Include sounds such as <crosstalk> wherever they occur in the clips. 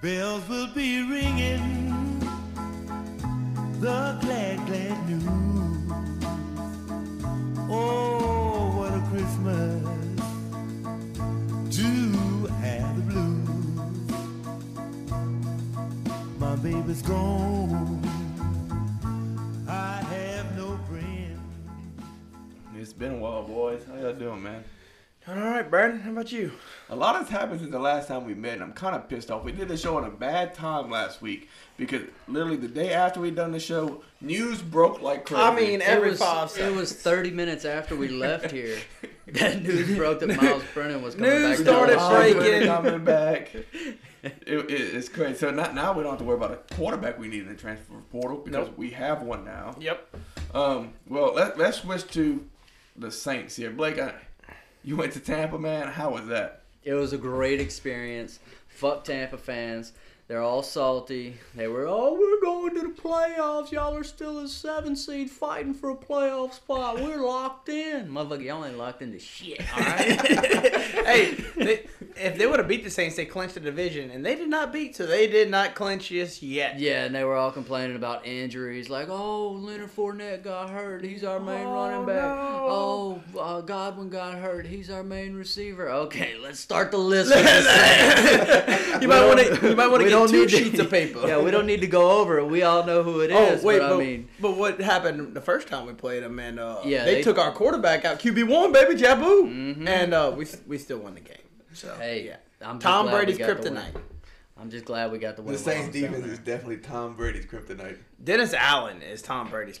Bells will be ringing the glad, glad news. Oh, what a Christmas to have the blues. My baby's gone. I have no friends. It's been a while, boys. How y'all doing, man? All right, Brandon. How about you? A lot has happened since the last time we met, and I'm kind of pissed off. We did the show on a bad time last week because literally the day after we done the show, news broke like crazy. I mean, <laughs> every it was, five It seconds. was 30 minutes after we <laughs> left here that news broke that Miles Brennan was coming News back. started to Miles Ohio. breaking. Brennan coming <laughs> back. It, it, it's crazy. So now, now we don't have to worry about a quarterback we need in the transfer portal because Nope. we have one now. Yep. Um, well, let, let's switch to the Saints here. Blake, I, you went to Tampa, man. How was that? It was a great experience. Fuck Tampa fans. They're all salty. They were, oh, we're going to the playoffs. Y'all are still a seven seed fighting for a playoff spot. We're locked in. Motherfucker, y'all ain't locked into shit, all <laughs> right? Hey, they, if they would have beat the Saints, they clinched the division, and they did not beat, so they did not clinch just yet. Yeah, and they were all complaining about injuries, like, "Oh, Leonard Fournette got hurt. He's our main Oh, running back. no. Oh, uh, Godwin got hurt. He's our main receiver." Okay, let's start the list. with the Saints. <laughs> you might want to. You might want We to get don't two need to- sheets of paper. yeah, we don't need to go over it. We all know who it Oh is. wait, but, but, I mean, but what happened the first time we played them? And uh, Yeah, they, they- Mm-hmm. took our quarterback out, QB one, baby Jabu, and uh, we we still won the game. So hey, yeah. I'm just Tom glad we Brady's got the win. kryptonite. I'm just glad we got the win. The while I Saints was down defense there. is definitely Tom Brady's kryptonite. Dennis Allen is Tom Brady's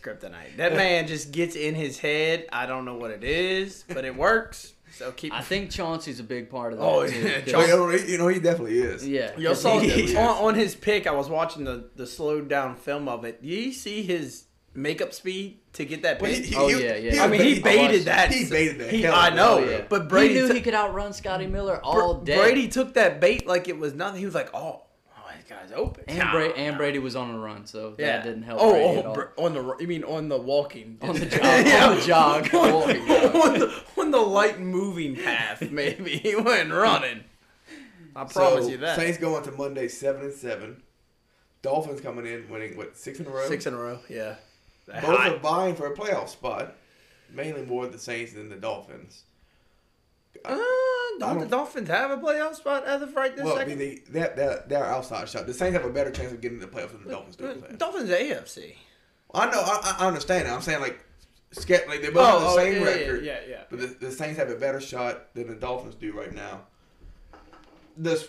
<laughs> kryptonite. That man just gets in his head. I don't know what it is, but it works. So keep. I think Chauncey's a big part of that. Oh, too, <laughs> yeah, 'cause- Oh, you know, he- you know, he definitely is. yeah, Y'all 'cause saw he- on, Yes. on his pick. I was watching the the slowed down film of it. Do you see his makeup speed to get that Well, pick? he- he- Oh, he- yeah, yeah. he- I mean, he I watched baited it. that. He baited the He- hell I out of know, it. but Oh, he Brady knew took- he could outrun Scotty Miller Br- all day. Brady took that bait like it was nothing. He was like, "Oh, oh this guy's open." And, Nah, Bra- and nah. Brady was on a run, so Yeah. that didn't help. Oh, Brady oh, at all. Br- on the you mean on the walking <laughs> On the distance. jog- on Yeah. the jog. <laughs> on, Walking, yeah. on the, on the light moving path. <laughs> Maybe he wasn't running. I promise So, you that. Saints going to Monday seven and seven. Dolphins coming in winning what six in a row. Six in a row. Yeah. Both are vying for a playoff spot. Mainly more the Saints than the Dolphins. Uh, I don't the don't- Dolphins have a playoff spot as of right this well, I mean, second? they, that that they're outside shot. The Saints have a better chance of getting to the playoffs than the Dolphins do. I'm saying. Dolphins AFC. I know. I, I understand. that. I'm saying like, sca- like they both have the same record. Oh, Yeah, yeah. But the, the Saints have a better shot than the Dolphins do right now. This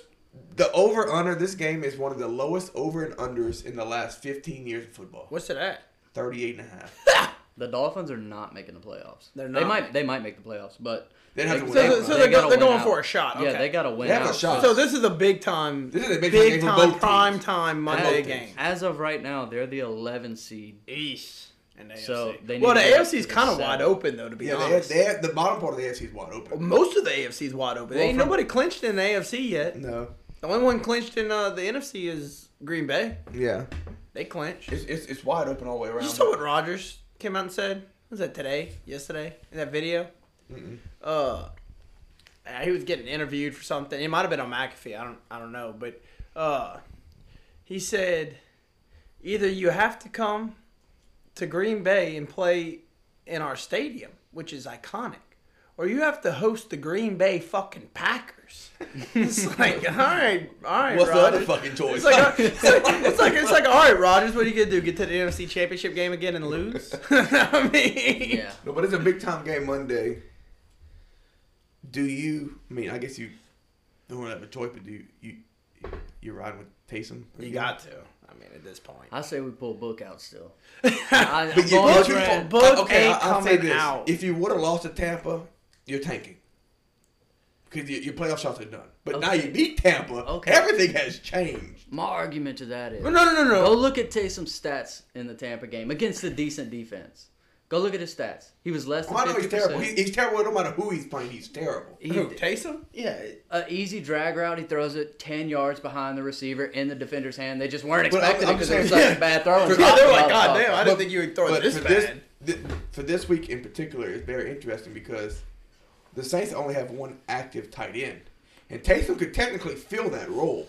the over under this game is one of the lowest over and unders in the last 15 years of football. What's it at? 38 and a half. The Dolphins are not making the playoffs. They're They not might. making- They might make the playoffs, but They'd have to they- win So, out. so, They they're, gotta go- they're win going out. for a shot. Yeah, okay. they got to win. They have a out. shot. So this is a big time, This is a big game for time, both prime teams. time Monday game. As of right now, they're the 11 seed. East and AFC. So, they need well, the to get up AFC is to the kind of wide seven. open though, to be Yeah, they had, honest. Oh, they had, the bottom part of the AFC is wide open. Most of the AFC is wide open. Well, Ain't from- nobody clinched in the AFC yet. No. The only one clinched in uh, the NFC is Green Bay. Yeah. They clinched. It's, it's, it's wide open all the way around. You saw what Rogers came out and said? Was that today? Yesterday? In that video? Uh, he was getting interviewed for something. It might have been on McAfee. I don't. I don't know. But uh, he said either you have to come to Green Bay and play in our stadium, which is iconic, or you have to host the Green Bay fucking Packers. <laughs> it's like, all right, all right. What's the Rodgers. other fucking choice? It's like, <laughs> uh, it's like, it's like, it's like, all right, Rogers, what are you gonna do? Get to the NFC Championship game again and lose? <laughs> I mean, Yeah. <laughs> No, but it's a big time game Monday. Do you? I mean, I guess you don't really have a choice, but do you? you you're riding with Taysom. you got to. I mean, at this <laughs> point, I say we pull book out still. I, But you I'm going both- with Brad. both okay, ain't I'll say coming this: out. if you would have lost to Tampa, you're tanking because your, your playoff shots are done. But now Okay. you beat Tampa. Okay. Everything has changed. My argument to that is no, no, no, no. go look at Taysom's stats in the Tampa game against a decent defense. Go look at his stats. He was less than Oh, I know 50%. he's terrible. He, he's terrible. No matter who he's playing, he's terrible. He- Who, Taysom? Yeah. a easy drag route. He throws it ten yards behind the receiver in the defender's hand. They just weren't But I'm- expecting it I'm because it saying- was such a bad throw. and <laughs> Yeah, Yeah, dropped they were it like, off God the damn, I top." didn't think you would throw it But this for bad. this, thi- for this week in particular, it's very interesting because the Saints only have one active tight end, and Taysom could technically fill that role.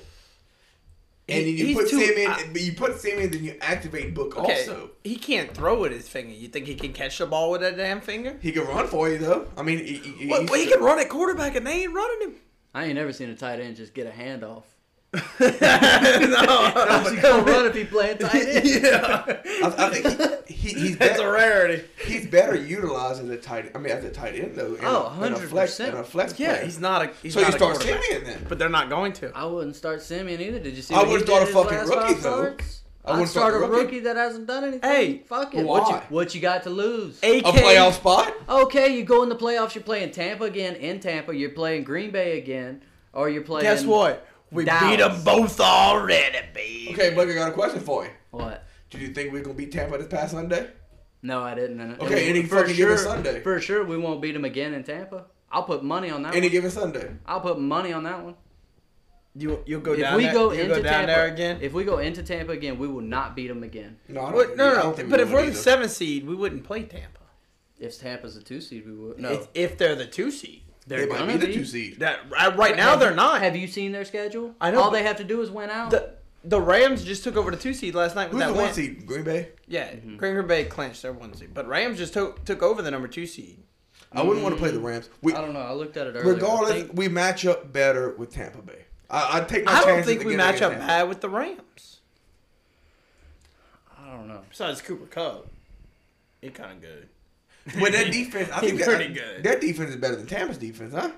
And He- then you he's put too- Sam in, I- but you put Sam in, then you activate Book Okay, also. he can't throw with his finger. You think he can catch the ball with that damn finger? He can run for you though. I mean, he, he, Well, he's- well, he can run at quarterback, and they ain't running him. I ain't never seen a tight end just get <laughs> a handoff. <laughs> no, <laughs> How's he gonna run if <laughs> he playing tight end? yeah, I, I think he, he, he's <laughs> that's bet- a rarity. He's better utilized as a tight. I mean, as a tight end though. in a- Oh, in a flex- 100%. in a flex Yeah, play. he's not a. He's so not you a start quarterback. Simeon then. but they're not going to. I wouldn't start Simeon either. Did you see? I what he would've thought did a his fucking last rookie, five though. starts? I I'd would've start a started a rookie. rookie. that hasn't done anything. Hey, fuck it. why? What you, what you got to lose? AK, A playoff spot. Okay, you go in the playoffs. You're playing Tampa again in Tampa. You're playing Green Bay again, or you're playing. Guess what? We Dallas. beat them both already, baby. Okay, Blake, I got a question for you. What? Do you think we're gonna beat Tampa this past Sunday? No, I didn't. And- Okay, and any for fucking sure, given Sunday. For sure, we won't beat them again in Tampa. I'll put money on that. Any one. given Sunday. I'll put money on that one. You you'll go If down. we there, go you'll into go Tampa down there again. if we go into Tampa again, we will not beat them again. No, I don't, What- I no, don't no, think But if will we're the either. seventh seed, we wouldn't play Tampa. If Tampa's a two seed, we would. No, If, if they're the two seed, they're they might gonna be the two seed. that right right now they're not. Have you seen their schedule? I know, All but- they have to do is win out. the the Rams just took over the two seed last night with Who's that the win. one seed? Mm-hmm. Green Bay. Yeah, Green Bay clinched their one seed, but Rams just took took over the number two seed. I wouldn't want to Mm, play the Rams. We, I don't know. I looked at it earlier. I regardless, think- we match up better with Tampa Bay. I, I take my I don't chances think we again match up against Tampa. bad with the Rams. I don't know. Besides Cooper Cup, he kind of good. With that defense, <laughs> I think He's that- pretty good. Their defense is better than Tampa's defense, huh?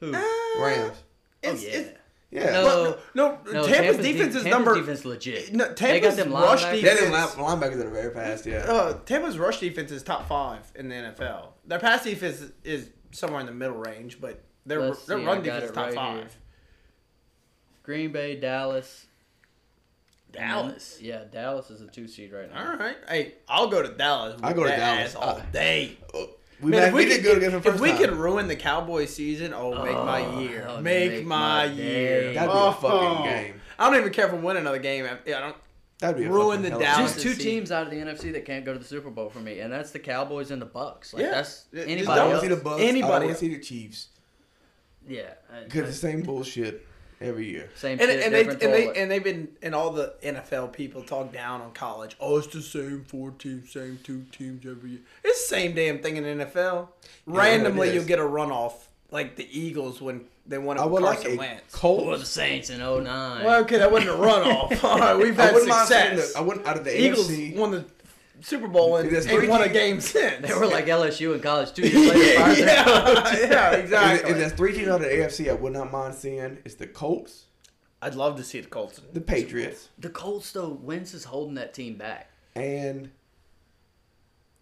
Who? Rams. Uh, It's, Oh, yeah. it's- Yeah. No, but no, no, No, Tampa's, defense de- is Tampa's number. defense legit. No, they got Tampa's them linebackers. rush That defense- is linebackers that are very fast, yeah. Uh, Tampa's rush defense is top five in the NFL. Their pass defense is, is somewhere in the middle range, but their Let's their see, I run got defense it is top right five. here. Green Bay, Dallas. Dallas. Yeah, Dallas is a two seed right now. All right. Hey, I'll go to Dallas. I'll go to with that Dallas. ass all I- day. we, Man, ma- if we we, did could, good against the if first we time. could ruin the Cowboy season, oh, make Oh, my year. that would make, make my, my year. day. That'd be a fucking game. I don't even care if we win another game. I, I don't. That'd be a Ruin fucking the hell of a Dallas. Just two is seed. teams out of the NFC that can't go to the Super Bowl for me, and that's the Cowboys and the Bucks. Like Yeah. that's Just game. anybody I don't Don't want else. to see the Bucks. I anybody don't want else. to see the Chiefs. yeah, I- Because the same bullshit every year. same And, shit, and, they, and, different they, toilet. and they've been, and all the NFL people talk down on college. Oh, it's the same four teams, same two teams every year. It's the same damn thing in the NFL. Randomly, is. you'll get a runoff like the Eagles when they won I to would like Carson a Wentz. Or Colts. the Saints in 09. Well, okay, that wasn't <laughs> a runoff. All right, we've I had wouldn't mind seeing success. the, I wouldn't out of the Eagles AFC. won the Super Bowl and, There's and three won a teams- game since. they were like LSU in college two years <laughs> yeah, later. fired their yeah, yeah, If, exactly. if there's three teams out of the AFC, I would not mind seeing. It's the Colts, I'd love to see the Colts. the Patriots, The Colts though, Wentz is holding that team back. and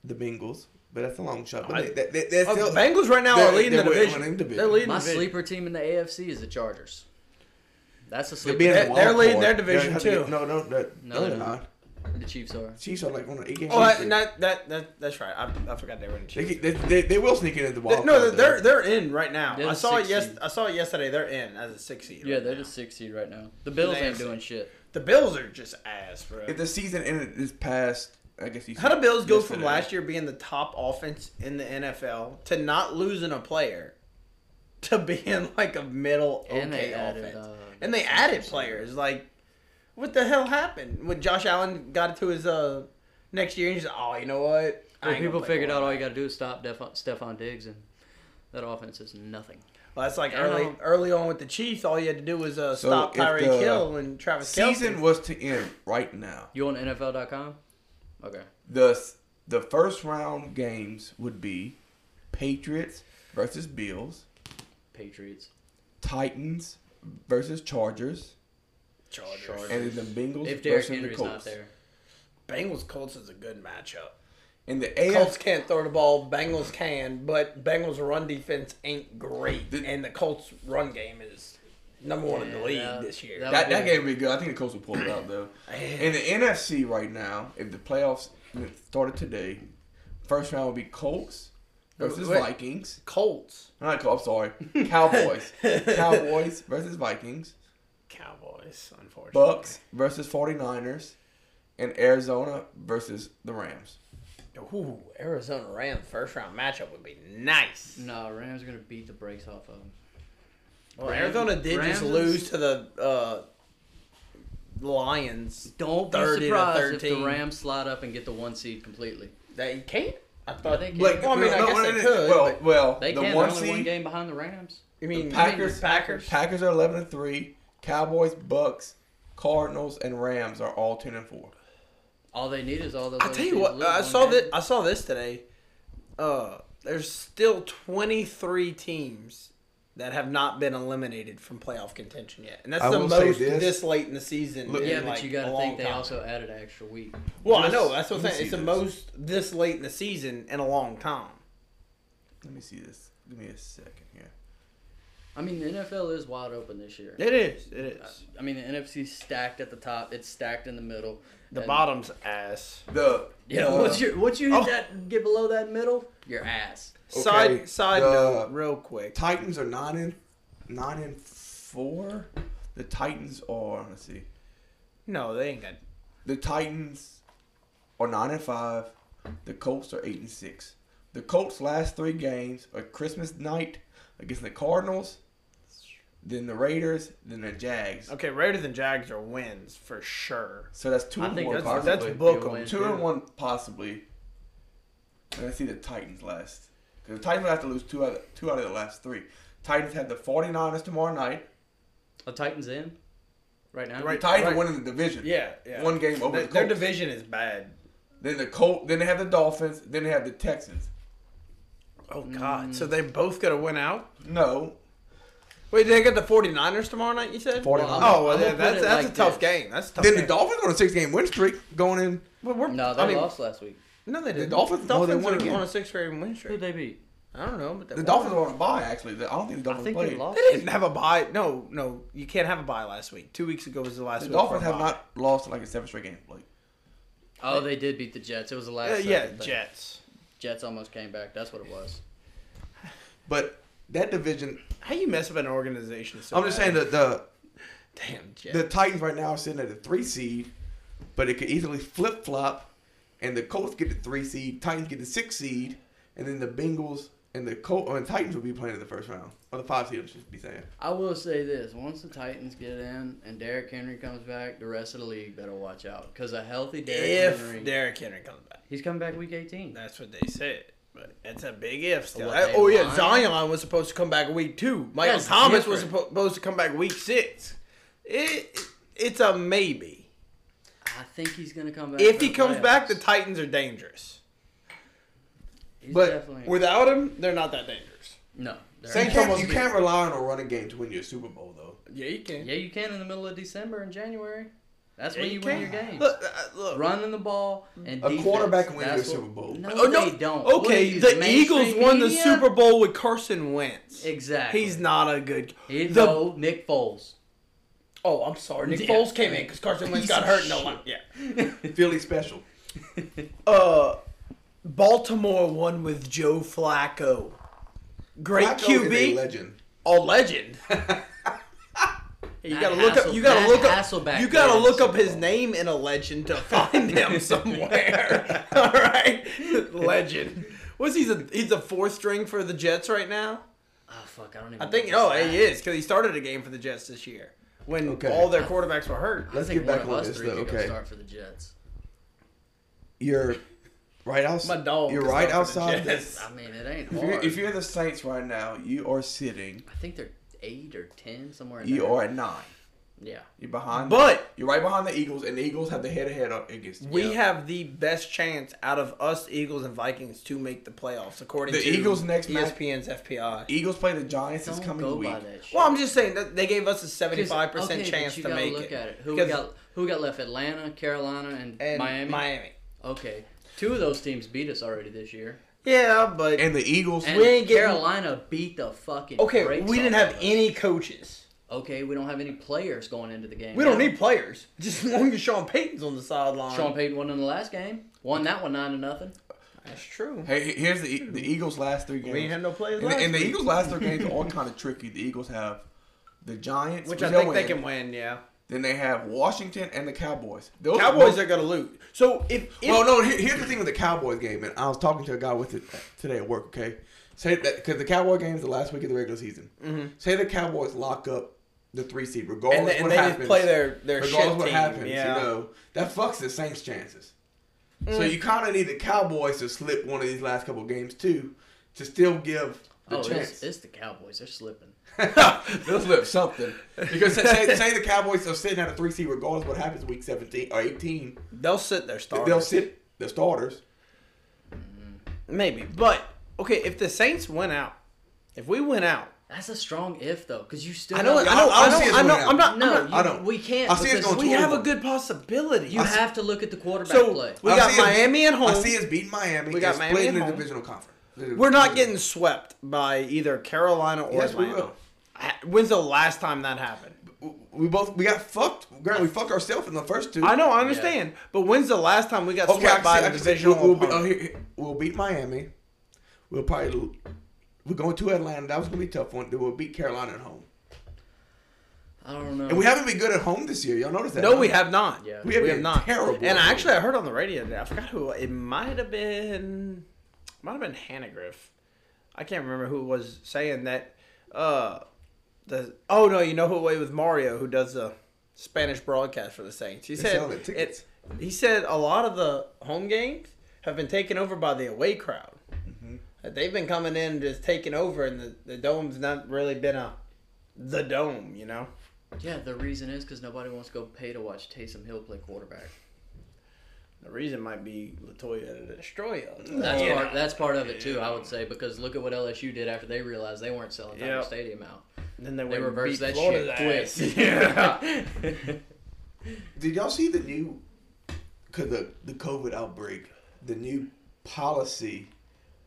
the Bengals. But that's a long shot. But I- they, they, they're Oh, still, the Bengals right now are they're- leading the they're winning- division. winning division. They're leading My the division. sleeper team in the AFC is the Chargers. That's a they're sleeper. being They're- a team. wild they're leading card. their division, They're- they're- too. No, no, they're, No, no, they're they're not. the Chiefs are. Chiefs are like on an eight game. Oh, I, that, that, that, that's right. I, I forgot they were in. They, Chiefs. get- they, they, they will sneak into the wild. no, card, they're though. they're in right now. They're I the saw it sixth yes. seed. I saw it yesterday. They're in as a six seed. Yeah, right they're now. the sixth seed right now. The Bills ain't AFC. doing shit. the Bills are just ass, bro. If the season ended this past, I guess you. How do Bills go from yesterday. last year being the top offense in the NFL to not losing a player to <laughs> being like a middle okay And they added, offense? uh, and they added players. Like, what the hell happened when Josh Allen got to his uh next year? And he's like, oh, you know what? I Well, ain't people gonna play figured no out more." all you got to do is stop Def- Stephon Diggs, and that offense is nothing. Well, that's like Yeah. early early on with the Chiefs. All you had to do was uh, So stop if Tyreek the Hill and Travis season Kelce. was to end right now, You on NFL.com? Okay. the s- the first round games would be Patriots versus Bills, Patriots. Titans versus Chargers, Chargers. and then the Bengals If Derrick versus the Henry's Colts. not there, Bengals Colts is a good matchup. In the AFC, Colts can't throw the ball. Bengals can, but Bengals' run defense ain't great, The- and the Colts' run game is number one in the Yeah, league that- this year. that- that, that game would be good. I think the Colts will pull it out <sighs> though. In the NFC right now, if the playoffs started today, first round would be Colts versus Wait. Vikings. Colts, Not Col- I'm sorry. <laughs> Cowboys. Cowboys versus Vikings. Cowboys, unfortunately. Bucks versus 49ers. And Arizona versus the Rams. Ooh, Arizona Rams first round matchup would be nice. no, Rams are gonna beat the brakes off of them. Well, Rams- Arizona did Rams just is- lose to the uh, Lions. Don't be 30 to surprised if the 13. Rams slide up and get the one seed completely. They can't. I thought. they can. Like, well, I mean, I no, guess no, no, no. they could. Well, but, well, They the can. one They're only one seed, game behind the Rams. you mean you mean Packers- the Packers? Packers are eleven and three. Cowboys, Bucks, Cardinals, and Rams are all ten and four. All they need is all those. I other tell you teams what, to lose I one saw game. that. I saw this today. Uh, there's still 23 teams that have not been eliminated from playoff contention yet, and that's I the will say most this. this. late in the season. Look- in, Yeah, but like, you got to think they time. also added an extra week. Well, Just- I know that's what I'm let me saying. It's see the this. most this late in the season in a long time. Let me see this. Give me a second here. I mean, the NFL is wide open this year. It is. It is. I mean, the NFC's stacked at the top. It's stacked in the middle. The and- bottom's ass. The <laughs> Yeah, the- once you once you hit Oh. that, get below that middle, your ass. Okay, Side side the- note, real quick. Titans are nine and nine and four. The Titans are let's see. No, they ain't got. The Titans are nine and five. The Colts are eight and six. The Colts' last three games are Christmas night against the Cardinals, then the Raiders, then the Jags. Okay, Raiders and Jags are wins for sure. So that's two I and think one that's- possibly. that's book 'em. win, two and too. one possibly. And I see the Titans last. 'Cause the Titans would have to lose two out of, two out of the last three. Titans have the 49ers tomorrow night. The Titans in right now. The Right. Titans are winning the division. Yeah, yeah. One game over Their- the Colts. their division is bad. Then the Colt. Then they have the Dolphins. Then they have the Texans. Oh God! So they both got to win out. No. Wait, they got the 49ers tomorrow night. You said. 49ers. Oh, well, I'm gonna yeah, put that's it that's like a tough this. game. That's a tough. Then game. the Dolphins on a six-game win streak going in. Well, we're- No, they I mean, lost last week. No, they didn't. Dolphins- Dolphins. no, they Dolphins won are again. on a six game win Who'd streak. they beat? I don't know, but they The won. Dolphins are on a bye. Actually, I don't think the I Dolphins think played. they lost. They didn't have a bye. No, no, you can't have a bye last week. Two weeks ago was the last. The week for Dolphins a have bye. not lost like a seven straight game. Like Oh, they did beat the Jets. It was the last. Uh, yeah, second thing. Jets. Jets almost came back. That's what it was. But that division, How you mess up an organization? So I'm just bad? saying that the Damn Jets. the Titans right now are sitting at the three seed, but it could easily flip flop, and the Colts get the three seed, Titans get the six seed, and then the Bengals and the Colt and Titans will be playing in the first round or the five seed. I should be saying. I will say this: once the Titans get in and Derrick Henry comes back, the rest of the league better watch out because a healthy Derrick Henry, if Derrick Henry comes back, he's coming back week 18. that's what they said. But it's a big if. Still. What, they oh yeah, lying? Zion was supposed to come back week two. Michael That's Thomas was different. suppo- supposed to come back week six. It, it's a maybe. I think he's gonna come back. If for he the comes back, playoffs. the Titans are dangerous. He's But definitely- without him, they're not that dangerous. no, You they're Same not. can't, almost you beat- can't rely on a running game to win your Super Bowl <laughs> though. Yeah, you can. Yeah, you can in the middle of December and January. That's Yeah, when you, you win can. your games. Look, uh, look. Running the ball and A defense. quarterback can win That's you a what- Super Bowl. No, Oh, no. they don't. What are Okay, you, the mainstream Eagles won the media? Super Bowl with Carson Wentz. Exactly. He's not a good. He's the- no Nick Foles. Oh, I'm sorry. Nick Yeah. Foles came in because Carson Wentz Piece got of hurt. No shit. one. Yeah. Philly special. Uh, Baltimore won with Joe Flacco. Great Flacco is a QB, legend. <laughs> a <laughs> legend. you Matt gotta look up. Hassel- You gotta Matt look Hasselbeck up. You gotta wins. look up his name in a legend to find him somewhere. <laughs> All right, legend. What's he's a he's a fourth string for the Jets right now? Oh fuck, I don't even. I think. know Oh, the he stats. is because he started a game for the Jets this year when Okay. all their quarterbacks were hurt. I Let's think get one back of on us this, three though, could go okay. Start for the Jets. You're right outside. My dog. You're is right up for the outside Jets. this. I mean, it ain't <laughs> If you're, hard. if you're the Saints right now, you are sitting. I think they're eight or ten somewhere. In You there. are at nine. Yeah. You're behind. But- you're right behind the Eagles, and the Eagles have the head-to-head up against. you. We Yeah. have the best chance out of us Eagles and Vikings to make the playoffs, according The to E Eagles' next match- ESPN's FPI. Eagles play the Giants this Don't coming go week. by that shit. Well, I'm just saying that they gave us a 'Cause- 75 okay, percent but chance you to gotta make look it. at it. Who we Because- got? Who we got left? Atlanta, Carolina, and, and Miami. Miami. Okay, two of those teams beat us already this year. Yeah, but And the Eagles, And We ain't getting- Carolina beat the fucking. okay, brakes we didn't off have of us. any coaches. Okay, we don't have any players going into the game. We don't now. need players. <laughs> Just as long as Sean Payton's on the sideline. Sean Payton won in the last game. Won that one nine to nothing. That's true. hey, he- here's the E- the Eagles' last three games. Hmm. We ain't had no and, players the, last and the week. Eagles' last three games <laughs> are all kind of tricky. The Eagles have the Giants, Which I they'll think they win. can win, yeah. Then they have Washington and the Cowboys. Those Cowboys Are, are gonna lose. So if, if well, no. Here, here's the thing with the Cowboys game, and I was talking to a guy with it today at work. Okay, say that because the Cowboy game is the last week of the regular season. Say the Cowboys lock up the three seed, regardless Mm-hmm. what and, they- and they happens. just play their their shit regardless team. what happens, yeah. Mm. you know, that fucks the Saints' chances. So you kind of need the Cowboys to slip one of these last couple games too, to still give the oh, chance. it's, it's the Cowboys. They're slipping. <laughs> <laughs> They'll slip something <laughs> because say- say, say the Cowboys are sitting at a three seed, regardless what happens week seventeen or eighteen, They'll sit their starters. they'll sit the starters. Maybe, but okay. If the Saints went out, if we went out, That's a strong if though, because you still. I know, I have- know, I don't- I I don't see know, us I know. winning I'm out. not. No, No, you, I don't. we can't. I see it's because going we have a 21. good possibility. You have to look at the quarterback so play. we I got see us- Miami at I home. see us beating Miami. We We got got Miami Miami in at the home. divisional conference. We're not getting swept by either Carolina or Yes, we Atlanta. will. I- When's the last time that happened? We both we got fucked. Grant, we fucked ourselves in the first two. I know, I understand, but when's the last time we got Okay, I swept can by see, I a can see. divisional We'll, we'll, be, opponent? oh, here- here. we'll beat Miami. We'll probably lo- we're going to Atlanta. That was gonna be a tough one. Then we'll beat Carolina at home. I don't know. And we haven't been good at home this year. Y'all notice that? No, huh? we have not. Yeah. We have been not. terrible. And I actually, I heard on the radio today. I forgot who it might have been. Might have been Hannegriff. I can't remember who was saying that. Uh, the oh no, you know who away with Mario who does the Spanish broadcast for the Saints. He said selling tickets. it- He said a lot of the home games have been taken over by the away crowd. That they've been coming in and just taking over, and the, the dome's not really been a the dome, you know. Yeah, the reason is because nobody wants to go pay to watch Taysom Hill play quarterback. The reason might be Latoya to destroy us. That's You part. know. That's part of it too. I would say because look at what LSU did after they realized they weren't selling Tiger Yep. Stadium out. Then they, They went and reversed beat that Florida's shit ass. Yeah. Did y'all see the new? Cause the the COVID outbreak, the new policy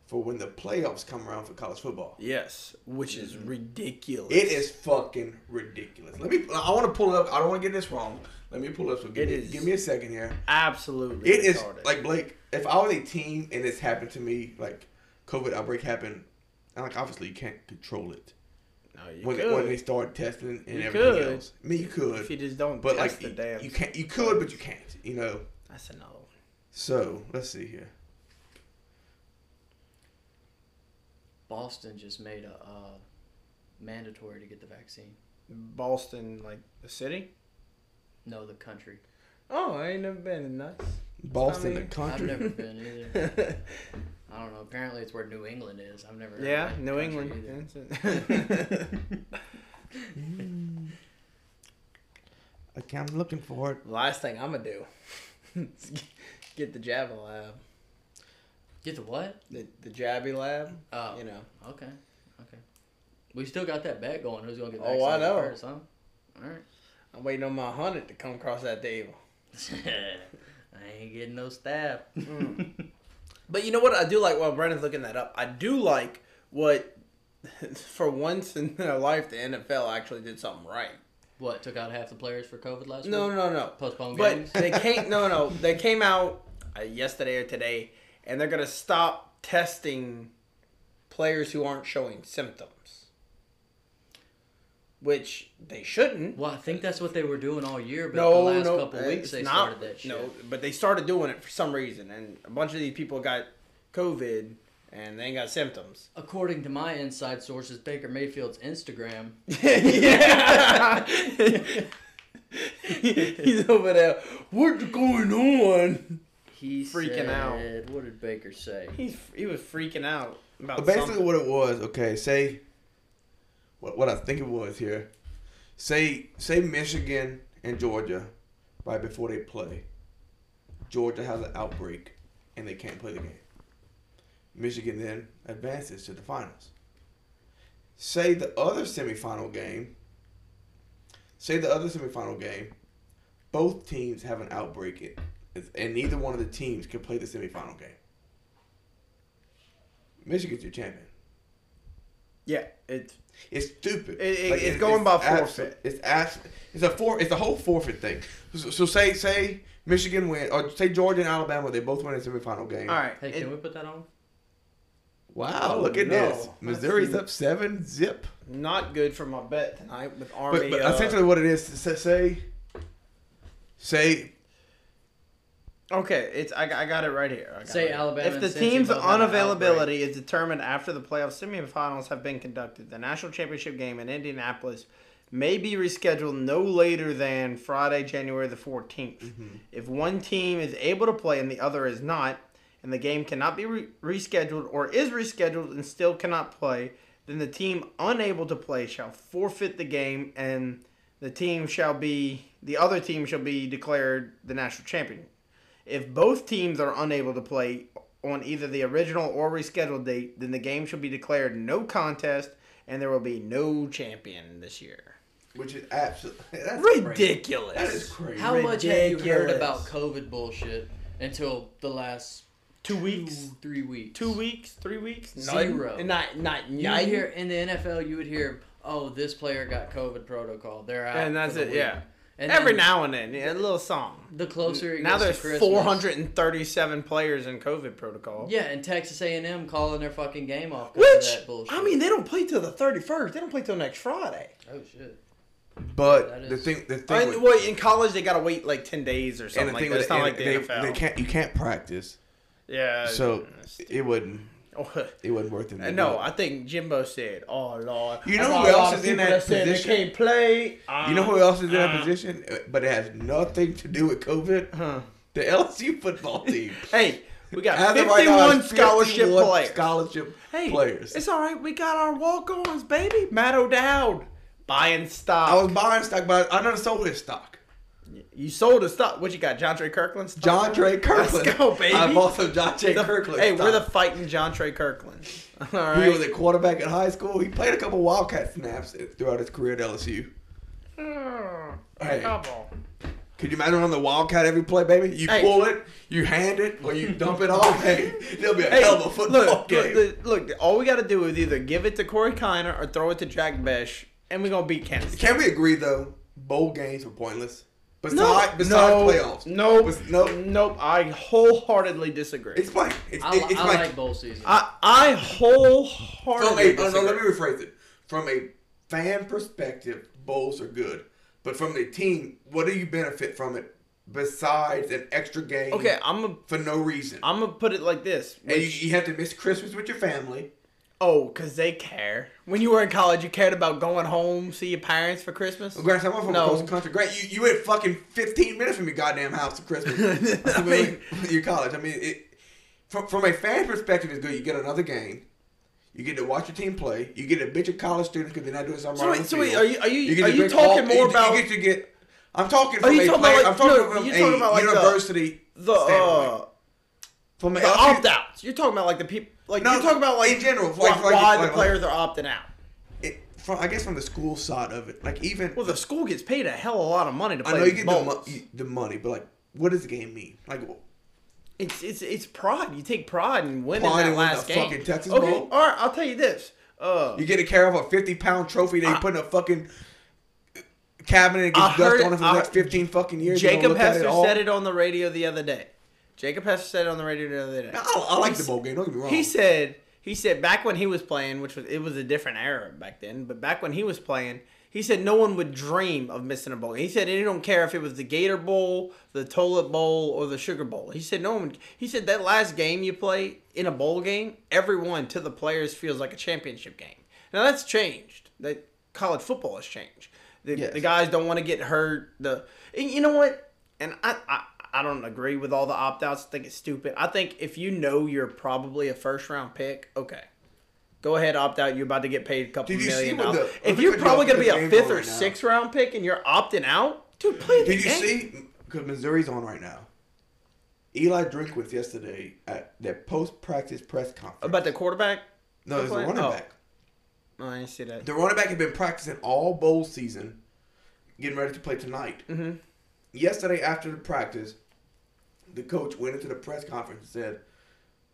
for when the playoffs come around for college football. <laughs> yes, which is ridiculous. It is fucking ridiculous. Let me. I want to pull it up. I don't want to get this wrong. Let me pull it up. So give It me is- give me a second here. absolutely. It is retarded. like Blake. If I was a team and this happened to me, like COVID outbreak happened, and like obviously you can't control it no, you when, could. when they start testing and You everything could. else. I mean, you if you could, just don't but test like the you, damn. you can't. You could, but you can't. You know. That's another one. So let's see here. Boston just made a uh, mandatory to get the vaccine. Boston, like the city. No, the country. Oh, I ain't never been in <laughs> nuts. Boston, mean, the I've country. never <laughs> been either. I don't know. Apparently, it's where New England is. I've never. heard of yeah, that New country England. either. <laughs> Okay, I'm looking for it. Last thing I'm gonna do is <laughs> get the Jabby Lab, Get the what? the, the Jabby Lab. Oh, You know, Okay. Okay. We still got that bet going. Who's gonna get Oh, vaccinated I know. first? Huh? All right. I'm waiting on my hundred to come across that table. <laughs> I ain't getting no stab. Mm. But you know what I do like while Brandon's looking that up? I do like what, <laughs> for once in their life, the NFL actually did something right. <laughs> what took out half the players for COVID last No, week? no, no. Postpone games? But they came. <laughs> No, no. They came out uh, yesterday or today, and they're gonna stop testing players who aren't showing symptoms, which they shouldn't. Well, I think that's what they were doing all year, but no, the last no. uh, couple weeks it's they not- started that shit. No, but they started doing it for some reason, and a bunch of these people got COVID and they ain't <laughs> got symptoms. <laughs> According to my inside sources, Baker Mayfield's Instagram. yeah. He's over there. What's going on? He Freaking out. said- What did Baker say? He's he was freaking out about But basically, something. what it was, okay, say what, what I think it was here. Say say Michigan and Georgia, right before they play, Georgia has an outbreak and they can't play the game. Michigan then advances to the finals. Say the other semifinal game. Say the other semifinal game. Both teams have an outbreak, and- and neither one of the teams can play the semifinal game. Michigan's your champion. Yeah, it's It's stupid. It- it- it's going by abs- forfeit. It's abs- It's a for. It's a whole forfeit thing. So, so say say Michigan win or say Georgia and Alabama. They both win a semifinal game. all right. Hey, it- can we put that on? Wow, Oh, look at no. this. Missouri's up seven zip. not good for my bet tonight with Army. But, but uh, essentially, what it is say say say okay, it's I, got- I got it right here. I got Say it right. Alabama If and the Cincy team's both have an unavailability is determined after the playoff semifinals have been conducted, the national championship game in Indianapolis may be rescheduled no later than Friday, January the 14th. Mm-hmm. If one team is able to play and the other is not, and the game cannot be re- rescheduled or is rescheduled and still cannot play, then the team unable to play shall forfeit the game and the team shall be the other team shall be declared the national champion. If both teams are unable to play on either the original or rescheduled date, then the game shall be declared no contest and there will be no champion this year. Which is absolutely <laughs> that's Crazy. Ridiculous. That is crazy. How much have you heard Ridiculous. about COVID bullshit until the last Two weeks. two, three weeks? Two weeks, three weeks, Zero. None. Not not You none. would hear in the NFL, you would hear, "Oh, this player got COVID protocol. They're out." And for that's the it, week." yeah. And Every then now and then, yeah, a little song. the closer it Now gets there's to Christmas- 437 players in COVID protocol. Yeah, and Texas A&M calling their fucking game off because of Which that bullshit. I mean, they don't play till the 31st. They don't play till next Friday. oh shit. But That the is- thing, the I thing, mean, with, well, in college they gotta wait like 10 days or and something the like thing that. with It's not and like the they, NFL. they can't, you can't practice. yeah. So it wouldn't, Oh, <laughs> it wasn't worth it. to do no, it. I think Jimbo said, "Oh Lord." You know I saw who a else lot of is in people that said position? They can't play. You know who else is in that Uh, position, Uh, but it has nothing to do with COVID? Huh. The LSU <laughs> football team. Hey, we got As of 51 right now, it's scholarship 51 players. Scholarship hey, players. it's all right. We got our walk-ons, baby. Matt O'Dowd buying stock. I was buying stock, but I never sold his stock. you sold a stock. What you got, John Trey Kirkland? stock? John Trey Kirkland. Let's go, baby. I'm also John Trey The- Kirkland. Hey, we're the stock. fighting John Trey Kirkland. <laughs> All He was right. a quarterback at high school. He played a couple Wildcat snaps throughout his career at LSU. Hey, Mm. on. could you imagine on the Wildcat every play, baby? You Hey. pull it, you hand it, or you dump it <laughs> off. Hey, there'll be a Hey, hell of a football look, game. look, look, all we got to do is either give it to Corey Kiner or throw it to Jack Besh, and we're going to beat Kansas. City. Can we agree though? Bowl games were pointless. No, Besides, besides no, playoffs. Nope. Bes- no. Nope. I wholeheartedly disagree. It's like it's, I, li- it's I like, like bowl season. I, I from wholeheartedly a oh, disagree. no, let me rephrase it. From a fan perspective, bowls are good, but from the team, what do you benefit from it besides an extra game? okay, I'm going for no reason. I'm gonna put it like this. and you, you have to miss Christmas with your family. Oh, because they care. When you were in college, you cared about going home, see your parents for Christmas. Well, Grant, I'm from No. across the country. Grant, you, you went fucking 15 minutes from your goddamn house to <laughs> Christmas. I mean- <laughs> your college. I mean, it, from, from a fan perspective, it's good. You get another game. You get to watch your team play. You get a bitch of college students because they're not doing something So right wait- on the so wait, field. are you- are you- get are to you drink talking more you, about- You get to get. I'm talking from you a talking player. about, like- I'm talking no, from you're a talking about, like, the- university The standpoint. uh, from a the LSU opt outs. You're talking about like the people. Like No, you're talking about like in general, why, like- like- why like- the players are opting out. It, from, I guess from the school side of it, like even Well, the school gets paid a hell of a lot of money to play. I know you get the, bowls. mo- you- the money, but like, what does the game mean? Like, It's it's it's pride. You take pride in winning Pride in winning that last the game. fucking Texas okay, Bowl? all right. I'll tell you this. Uh, You get to carry off a 50 pound trophy that you put in a fucking cabinet and I gets dust heard on it it- for the I- next 15 fucking years. You don't Jacob look at at Hester all. said it on the radio the other day. Jacob Hester said it on the radio the other day. Now, I, I like He the s- bowl game, don't get me wrong. He said he said back when he was playing, which was it was a different era back then, but back when he was playing, he said no one would dream of missing a bowl. He said he don't care if it was the Gator Bowl, the Toilet Bowl, or the Sugar Bowl. He said no one. He said that last game you play in a bowl game, everyone to the players feels like a championship game. Now that's changed. That college football has changed. The, Yes. the guys don't want to get hurt. The and you know what? And I, I I don't agree with all the opt outs. I think it's stupid. I think if you know you're probably a first round pick, okay, go ahead opt out. You're about to get paid a couple Did you see million what dollars. the- if look you're at probably the- gonna be the a game fifth or right now. sixth round pick and you're opting out, dude, play the Did you game. see? Because Missouri's on right now. Eli Drinkwitz yesterday at their post practice press conference. about the quarterback? no, it's the playing? running Oh. back. Oh, I didn't see that. The running back had been practicing all bowl season, getting ready to play tonight. Mm-hmm. Yesterday after the practice, the coach went into the press conference and said,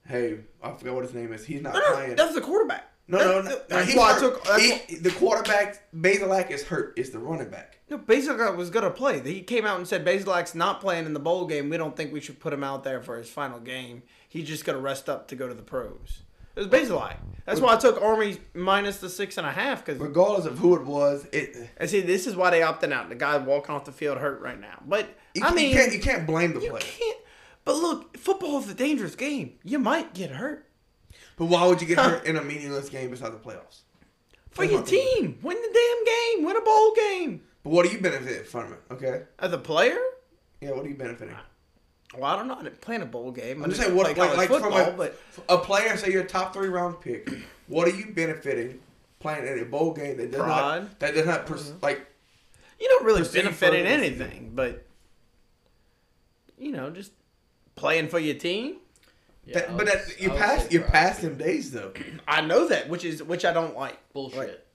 "Hey, I forgot what his name is. He's not No, no, playing." that's the quarterback. no, That- no, no, that- no, That's he's why I hurt. took. That's He- why- the quarterback. Basilak is hurt. It's the running back. No, Basilak was gonna play. He came out and said Basilak's not playing in the bowl game. We don't think we should put him out there for his final game. He's just gonna rest up to go to the pros. It was Basilak. That's why I took Army minus the six and a half because Regardless of who it was, it. I see this is why they opting out. The guy walking off the field hurt right now. But You, I mean, you can't, you can't blame the you player. can't- But look, football is a dangerous game. You might get hurt But why would you get hurt in a meaningless game besides the playoffs? for That's your my opinion. team. Win the damn game. Win a bowl game. What do you benefit from it? Okay. As a player? Yeah. What are you benefiting? Well, I don't know. I didn't play in a bowl game. I'm just saying, what like, like football, from a, but a player, say you're a top three round pick. What are you benefiting playing in a bowl game that does Pride. not that does not pers- like you don't really Proceed benefit in further. anything. But you know, just playing for your team. Yeah, that, I but would- that, you I would pass say you pride. pass them days though. I know that, which is which I don't like. bullshit.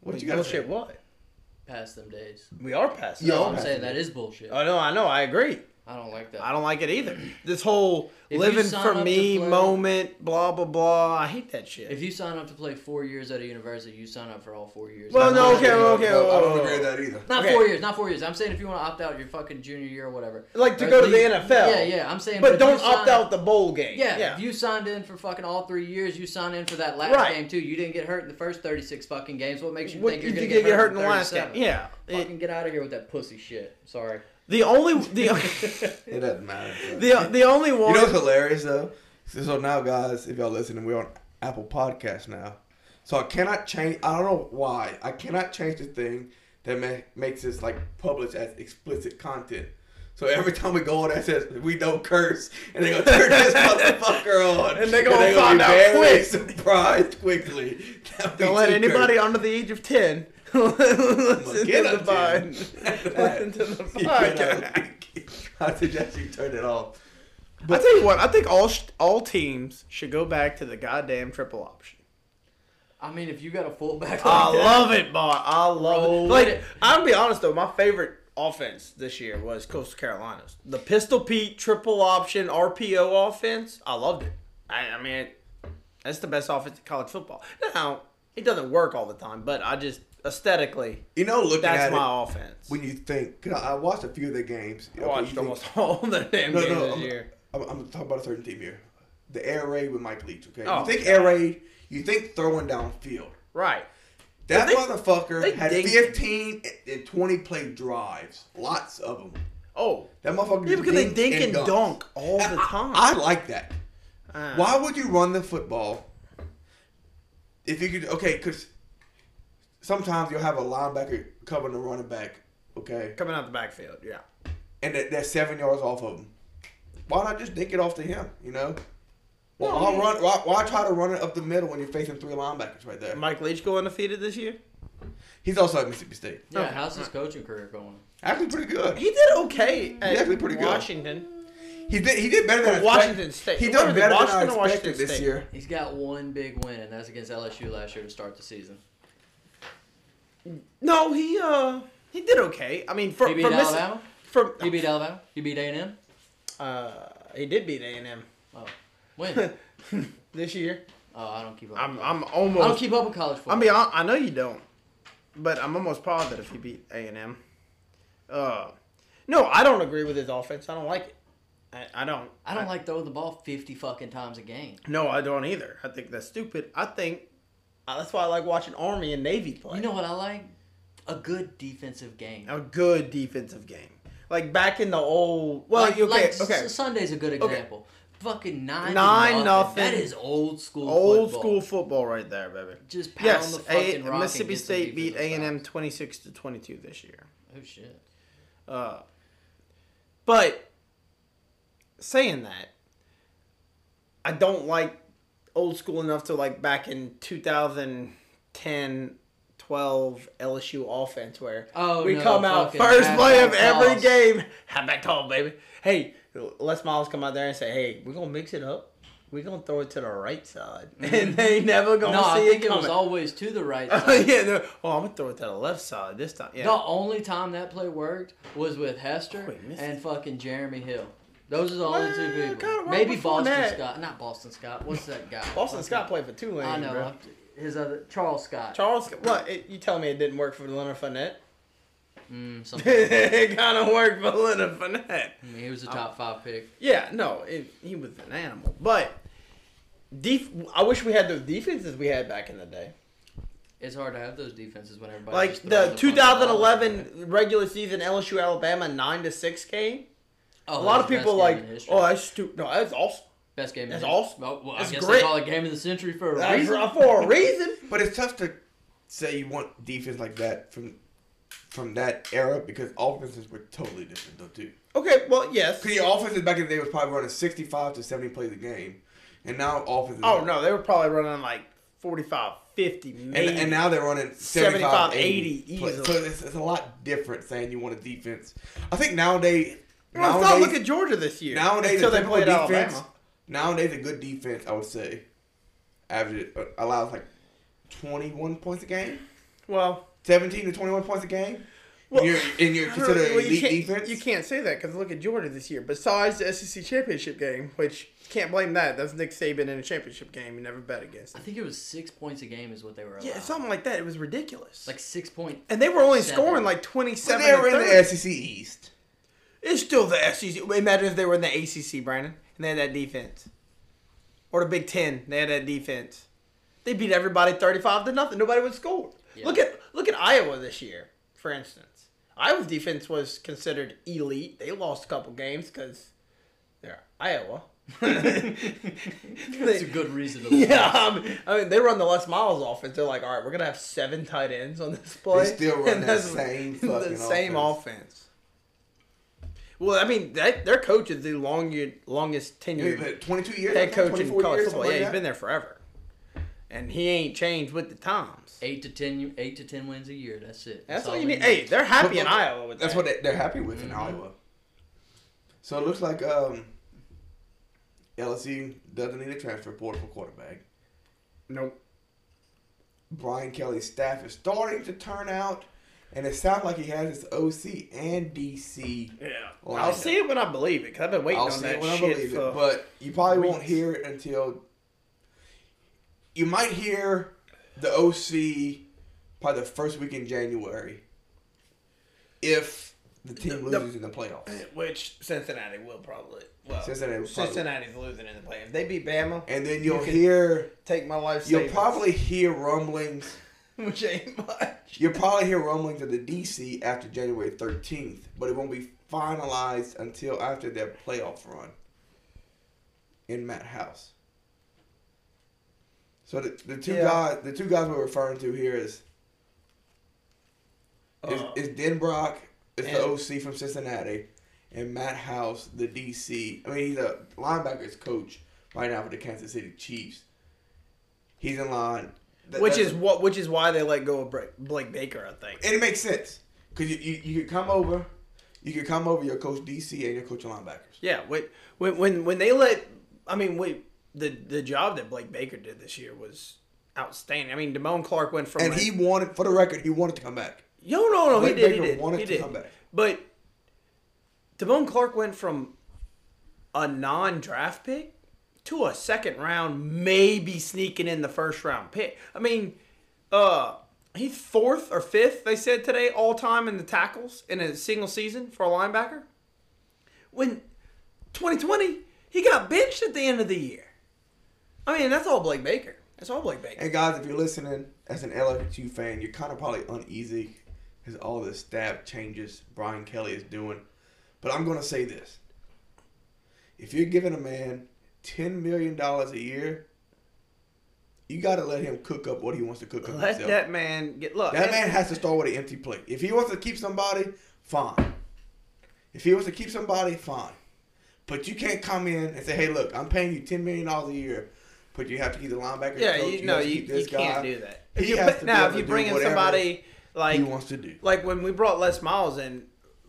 What you got? bullshit? What? Pass them days. We are past. Yeah, No, that. I'm pass saying them that is bullshit. Oh no, I know. I agree. I don't like that. I don't like it either. <clears throat> This whole If you living sign for up to me play- moment, blah blah blah. I hate that shit. If you sign up to play four years at a university, you sign up for all four years. Well, Not no, four okay, years. well, okay, No, I oh. don't agree with that either. Not okay. four years, not four years. I'm saying if you want to opt out your fucking junior year or whatever. Like to Or go at to the least- NFL. Yeah, yeah. I'm saying, but if don't you opt sign- out the bowl game. Yeah, Yeah. if you signed in for fucking all three years, you signed in for that last Right. game too. You didn't get hurt in the first 36 fucking games. What makes you What- think you you're gonna could get, hurt, in the last game. Yeah. It- Fucking get out of here with that pussy shit. Sorry. the only the <laughs> It doesn't matter. bro. the, the only You one. know what's hilarious though? So, so now, guys, if y'all listening, we're on Apple Podcasts now. So I cannot change. I don't know why. I cannot change the thing that ma- makes this like published as explicit content. So every time we go on, that says we don't curse, and they gonna turn <laughs> this motherfucker on, And they gonna find out quick. surprised quickly. that we don't let do anybody curse. under the age of ten <laughs> listen Get to the up, <laughs> Jen. pod. Listen to the <laughs> You know, podcast. <laughs> I suggest you turn it off. I tell you what, I think all sh- all teams should go back to the goddamn triple option. I mean, if you got a fullback, like I that- love it, boy. I love Roll it. with Like, it. I'll be honest though, my favorite offense this year was Coastal Carolina's. The Pistol Pete triple option RPO offense. I loved it. I, I mean, that's the best offense in college football. Now, it doesn't work all the time, but I just aesthetically, You know, looking at that's it, my offense. when you think, cause I I watched a few of the games. I watched Okay, you almost all the damn No, games no, this I'm- year. think, I'm, I'm talking about a certain team here. The air raid with Mike Leach. Okay, Oh, you think air raid, you think throwing downfield. Right. That They- motherfucker they had dink- 15 and 20 play drives, lots of them. Oh, That motherfucker. yeah, just because they dinked dink and dunked. dunk all the time. <laughs> I like that. Uh, Why would you run the football if you could? Okay, because sometimes you'll have a linebacker covering the running back. Okay, coming out the backfield? Yeah. and that, that's seven yards off of him. Why not just dick it off to him? You know, well, No, I'll yeah. run. Why, why try to run it up the middle when you're facing three linebackers right there? Mike Leach go undefeated this year. He's also at Mississippi State. Yeah, how's his coaching career going? Actually, pretty good. He did okay at actually pretty good. Washington. He did. He did better than I Or expect- Washington State. He Where done is it, better Washington than I or expected Washington this State? year. He's got one big win, and that's against LSU last year to start the season. No, he uh he did okay. I mean, for He beat for Missi- Alabama? From He beat Alabama. He beat A&M. uh he did beat A and M Oh, <laughs> when? this year. oh, I don't keep up. I'm with I'm college. I don't almost. keep up with college football. I mean, I, I know you don't, but I'm almost positive he beat A and M. Uh, no, I don't agree with his offense. I don't like it. I, I don't. I don't like throwing the ball 50 fucking times a game. No, I don't either. I think that's stupid. I think uh, that's why I like watching Army and Navy play. You know what I like? A good defensive game. a good defensive game. Like back in the old. Well, like, okay, like S- okay. Sunday's a good Okay. example. Fucking nine, Nine nine nothing. nothing. That is old school. Old football. school football, right there, baby. Just pound Yes, the a, fucking rock and Mississippi get some State beat A defensive and M stops. twenty six to twenty two this year. Oh shit. Uh, but saying that, I don't like old school enough to like back in 2010, 12 LSU offense where Oh, we no, come out fucking first play of halfback every calls. game. Have that call, baby. Hey, Les Miles come out there and say, hey, we're gonna mix it up. We're gonna throw it to the right side, <laughs> and they never gonna Mm-hmm. No, see I think it it was coming. always to the <laughs> right Oh side. yeah, no. oh, I'm gonna throw it to the left side this time. Yeah, The only time that play worked was with Hester Oh, he missed and fucking Jeremy Hill. Those are the only two Well, people. kinda wrong Maybe before Boston that. Scott. Not Boston Scott. What's that guy? Boston Fucking- Scott played for Tulane. I know. bro. His other Charles Scott. Charles, what? It, you tell me it didn't work for Leonard Fournette? <laughs> Mm, something. it kind of worked for Leonard Fournette. I mean, he was a top five pick. Yeah, no, it, he was an animal. But def- I wish we had those defenses we had back in the day. It's hard to have those defenses when everybody. Like just throws the fucking ball. 2011 regular season LSU Alabama 9 to 6 game. Oh, A that lot was of the people best like, game in history. oh, that's stupid. No, that's awesome. best game. in that's history. awesome. Well, well, That's I guess great. they call it game of the century for a That's reason. for a reason. But it's tough to say you want defense like that from from that era because offenses were totally different though too. Okay, well, yes. Because the offenses back in the day was probably running sixty five to seventy plays a game, and now offenses. Oh, no, they were probably running like 45, 50, maybe. And, and now they're running 75, 75, 80 80 plays. easily. So it's, it's a lot different saying you want a defense. I think nowadays, well, let's not nowadays, look at Georgia this year. nowadays until a they typical played defense, Alabama. Nowadays, a good defense, I would say, average uh, allows like twenty one points a game, Well, seventeen to twenty one points a game. Well, and you're, and <laughs> you're I don't considered know, well, an you elite can't, defense. You can't say that because look at Georgia this year. Besides the SEC championship game, which can't blame that. That's Nick Saban in a championship game. You never bet against. I Him. think it was six points a game is what they were. Allowed. Yeah, something like that. It was ridiculous. like six point. and they were only Seven. scoring like But twenty-seven. they were to in 30. the SEC East. It's still the SEC. Imagine if they were in the ACC, Brandon, and they had that defense, or the Big Ten, they had that defense. They beat everybody thirty-five to nothing. Nobody would score. Yeah. Look at look at Iowa this year, for instance. Iowa's defense was considered elite. They lost a couple games because they're Iowa. <laughs> That's a good reason. To Yeah, I mean, I mean, they run the Les Miles offense. They're like, all right, we're gonna have seven tight ends on this play. still run <laughs> And that that's- same the fucking same offense. offense. Well, I mean, that their coach is the long, longest tenured Twenty two years. head coach in 24 college years, something football. Yeah, like he's that. been there forever, and he ain't changed with the times. Eight to ten, eight to ten wins a year. That's it. That's all all you they need. Hey, they're happy in But- but- Iowa with That's that. what they, they're happy with in Iowa. So it looks like um, LSU doesn't need a transfer portal for quarterback. Nope. Brian Kelly's staff is starting to turn out, and it sounds like he has his OC and DC. Yeah. Well, I I'll know. see it when I believe it. Cause I've been waiting I'll on see that it when I shit believe for. it, but you probably won't weeks. hear it until you might hear the OC probably the first week in January if the team The- the- loses in the playoffs. which Cincinnati will probably. Well, Cincinnati will probably- Cincinnati's losing in the play. If they beat Bama, And then you'll You can- hear take my life. you'll savings. probably hear rumblings. <laughs> which ain't much. You'll probably hear rumblings of the DC after January 13th, but it won't be finalized until after their playoff run in Matt House. So the, the two Yeah. guys the two guys we're referring to here is is, Uh, is Den Brock, is and- the OC from Cincinnati, and Matt House, the DC. I mean, he's a linebackers coach right now for the Kansas City Chiefs. He's in line, That- which that's- is what which is why they let go of Bra- Blake Baker, I think. and it makes sense because you, you you could come over, you could come over your coach DC and your coach linebackers. yeah, when when when, when they let I mean, wait, the the job that Blake Baker did this year was outstanding. I mean, Damone Clark went from And a- he wanted, for the record, he wanted to come back. No, no, no, Blake he did. Baker he did. wanted he to did. come back. But Devon Clark went from a non-draft pick to a second round, maybe sneaking in the first round pick. I mean, uh, he's fourth or fifth. They said today all time in the tackles in a single season for a linebacker. When 2020, he got benched at the end of the year. I mean, that's all Blake Baker. That's all Blake Baker. And guys, if you're listening as an LSU fan, you're kind of probably uneasy because all the staff changes Brian Kelly is doing. But I'm going to say this: if you're giving a man ten million dollars a year, you got to let him cook up what he wants to cook up Let himself. that man get look. That and- man has to start with an empty plate. If he wants to keep somebody, fine. If he wants to keep somebody, fine. But you can't come in and say, "Hey, look, I'm paying you ten million dollars a year, but you have to keep the linebacker." Yeah, coach, you know have to you, keep you can't do that. If He you has put- to be now, able if to you do bring in whatever somebody like he wants to do. like when we brought Les Miles in,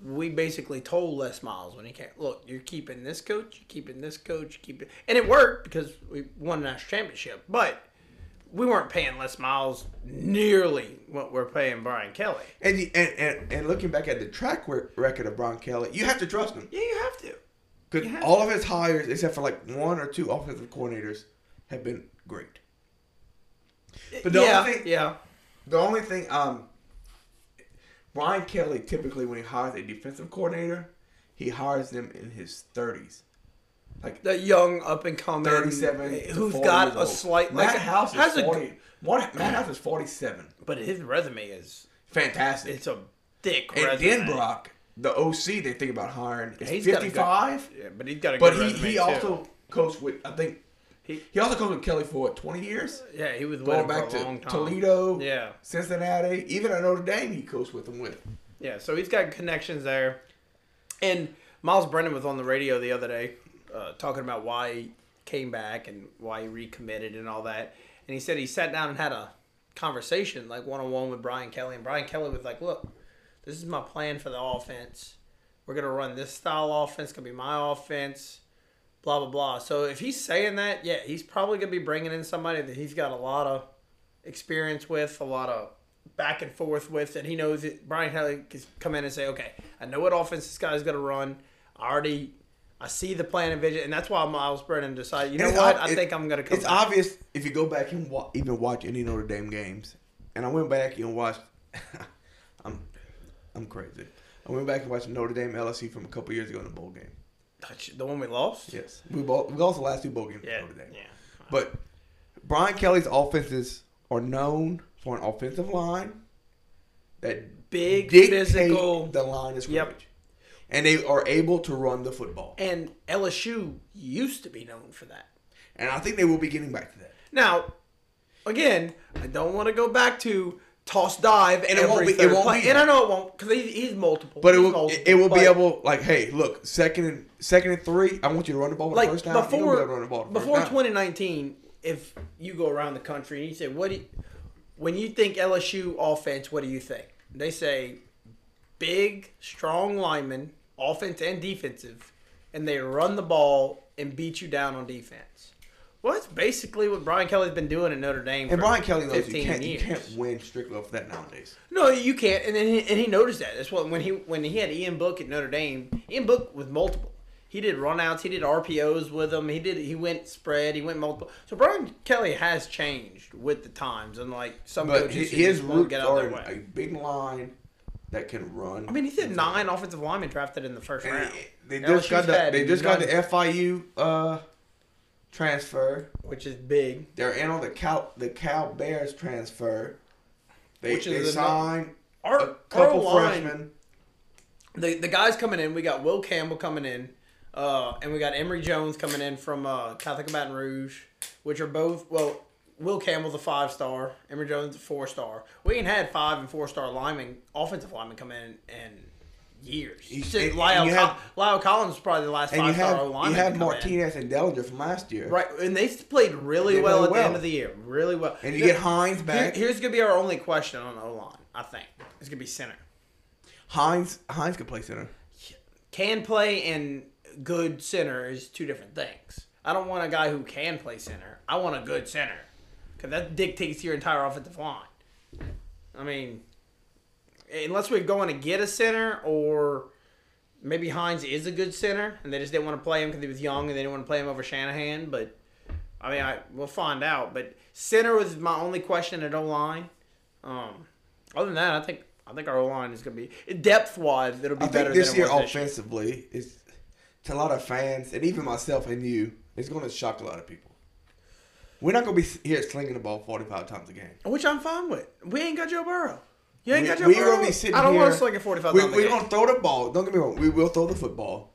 we basically told Les Miles when he came, look, you're keeping this coach, you're keeping this coach, keep it, and it worked because we won a national championship. But we weren't paying Les Miles nearly what we're paying Brian Kelly. And, you, and and and looking back at the track re- record of Brian Kelly, you have to trust him Yeah, you have to. because you have all of his hires, except for like one or two offensive coordinators, have been great. But the yeah, only thing- yeah. The only thing, um, Brian Kelly typically when he hires a defensive coordinator, he hires them in his thirties, like The young up and coming, thirty-seven. to who's 40 got years a old. slight Matt like House is has a- forty. Matt Matt House is forty-seven. but his resume is Fantastic. it's a thick and resume. then Brock, the OC, they think about hiring is He's got a good- fifty-five. Yeah, but he's got a But good he, resume he too. also coached with I think He- he, also coached with Kelly for what, twenty years. yeah he was with Going him back for a to long time. Toledo, Yeah, Cincinnati, even at Notre Dame, he coached with him with. Yeah, so he's got connections there. And Miles Brennan was on the radio the other day uh, talking about why he came back and why he recommitted and all that. And he said he sat down and had a conversation, like one on one, with Brian Kelly. And Brian Kelly was like, look, this is my plan for the offense. We're going to run this style offense, going to be my offense, blah, blah, blah. So if he's saying that, yeah, he's probably going to be bringing in somebody that he's got a lot of experience with, a lot of back and forth with that he knows that Brian Kelly can come in and say, okay, I know what offense this guy's going to run. I already, I see the plan and vision. And that's why Miles Brennan decided, you know It's what? ob- I it- think I'm going to come It's back. obvious if you go back and wa- even watch any Notre Dame games. And I went back and watched. <laughs> I'm, I'm crazy. I went back and watched Notre Dame LSU from a couple years ago in a bowl game. The one we lost? Yes, we both we lost the last two bowl games. Yeah. for Notre Dame. yeah. But Brian Kelly's offenses are known for an offensive line that Big dictate physical. the line of Yep. scrimmage, and they are able to run the football. and LSU used to be known for that. And I think they will be getting back to that. Now, again, I don't want to go back to toss dive and it every won't be- it third won't play. be. And I know it won't because he's, he's multiple. But it He's will multiple, it, it will be but- able like hey look second and second and three I want you to run the ball the like first down. you before don't be able to run the ball the first before down. 2019. If you go around the country and you say, "What do you, when you think LSU offense? What do you think?" They say, "Big, strong linemen, offense and defensive, and they run the ball and beat you down on defense." Well, that's basically what Brian Kelly's been doing at Notre Dame. and for Brian Kelly knows you 15 can't you years. can't win strictly off that nowadays. No, you can't. And then he, and he noticed that. That's what when he when he had Ian Book at Notre Dame. Ian Book with multiple. He did runouts. He did RPOs with him. He did. He went spread. He went multiple. So Brian Kelly has changed with the times, and like some But his, coaches who his just won't roots get out are their in a way. big line that can run. I mean, he said nine offensive linemen drafted in the first And round, they, they just got LSU's the had they just got the none. FIU uh, transfer. which is big. They're in on the Cal the Cal Bears transfer. They Which is they another- signed Our, a our couple line, freshmen. the the guys coming in. We got Will Campbell coming in, uh, and we got Emory Jones coming in from uh, Catholic of Baton Rouge, which are both well. Will Campbell's a five star, Emory Jones a four star. We ain't had five and four star linemen, offensive linemen come in in years. You- Since and- Lyle, and you Col- have- Lyle Collins was probably the last And you five have star lineman. you to have come in. Martinez and Dellinger from last year. right? And they played really They well played at the well. end of the year, really well. And you Now, get Hines here- back. here's gonna be our only question on O line. I think it's gonna be center. Hines Hines could play center. can play and good center is two different things. I don't want a guy who can play center. I want a good center because that dictates your entire offensive line. I mean, unless we're going to get a center or maybe Hines is a good center and they just didn't want to play him because he was young and they didn't want to play him over Shanahan. But I mean, I we'll find out. But center was my only question at O line. Um, other than that, I think I think our O line is going to be depth wise. It'll be I better think this than it year was this year. offensively is to a lot of fans and even myself and you, it's going to shock a lot of people. We're not going to be here slinging the ball forty five times a game. Which I'm fine with. We ain't got Joe Burrow. You ain't We- got Joe we Burrow. gonna be sitting I don't here- want to sling it 45 We, times a we're game. gonna throw the ball. Don't get me wrong. We will throw the football.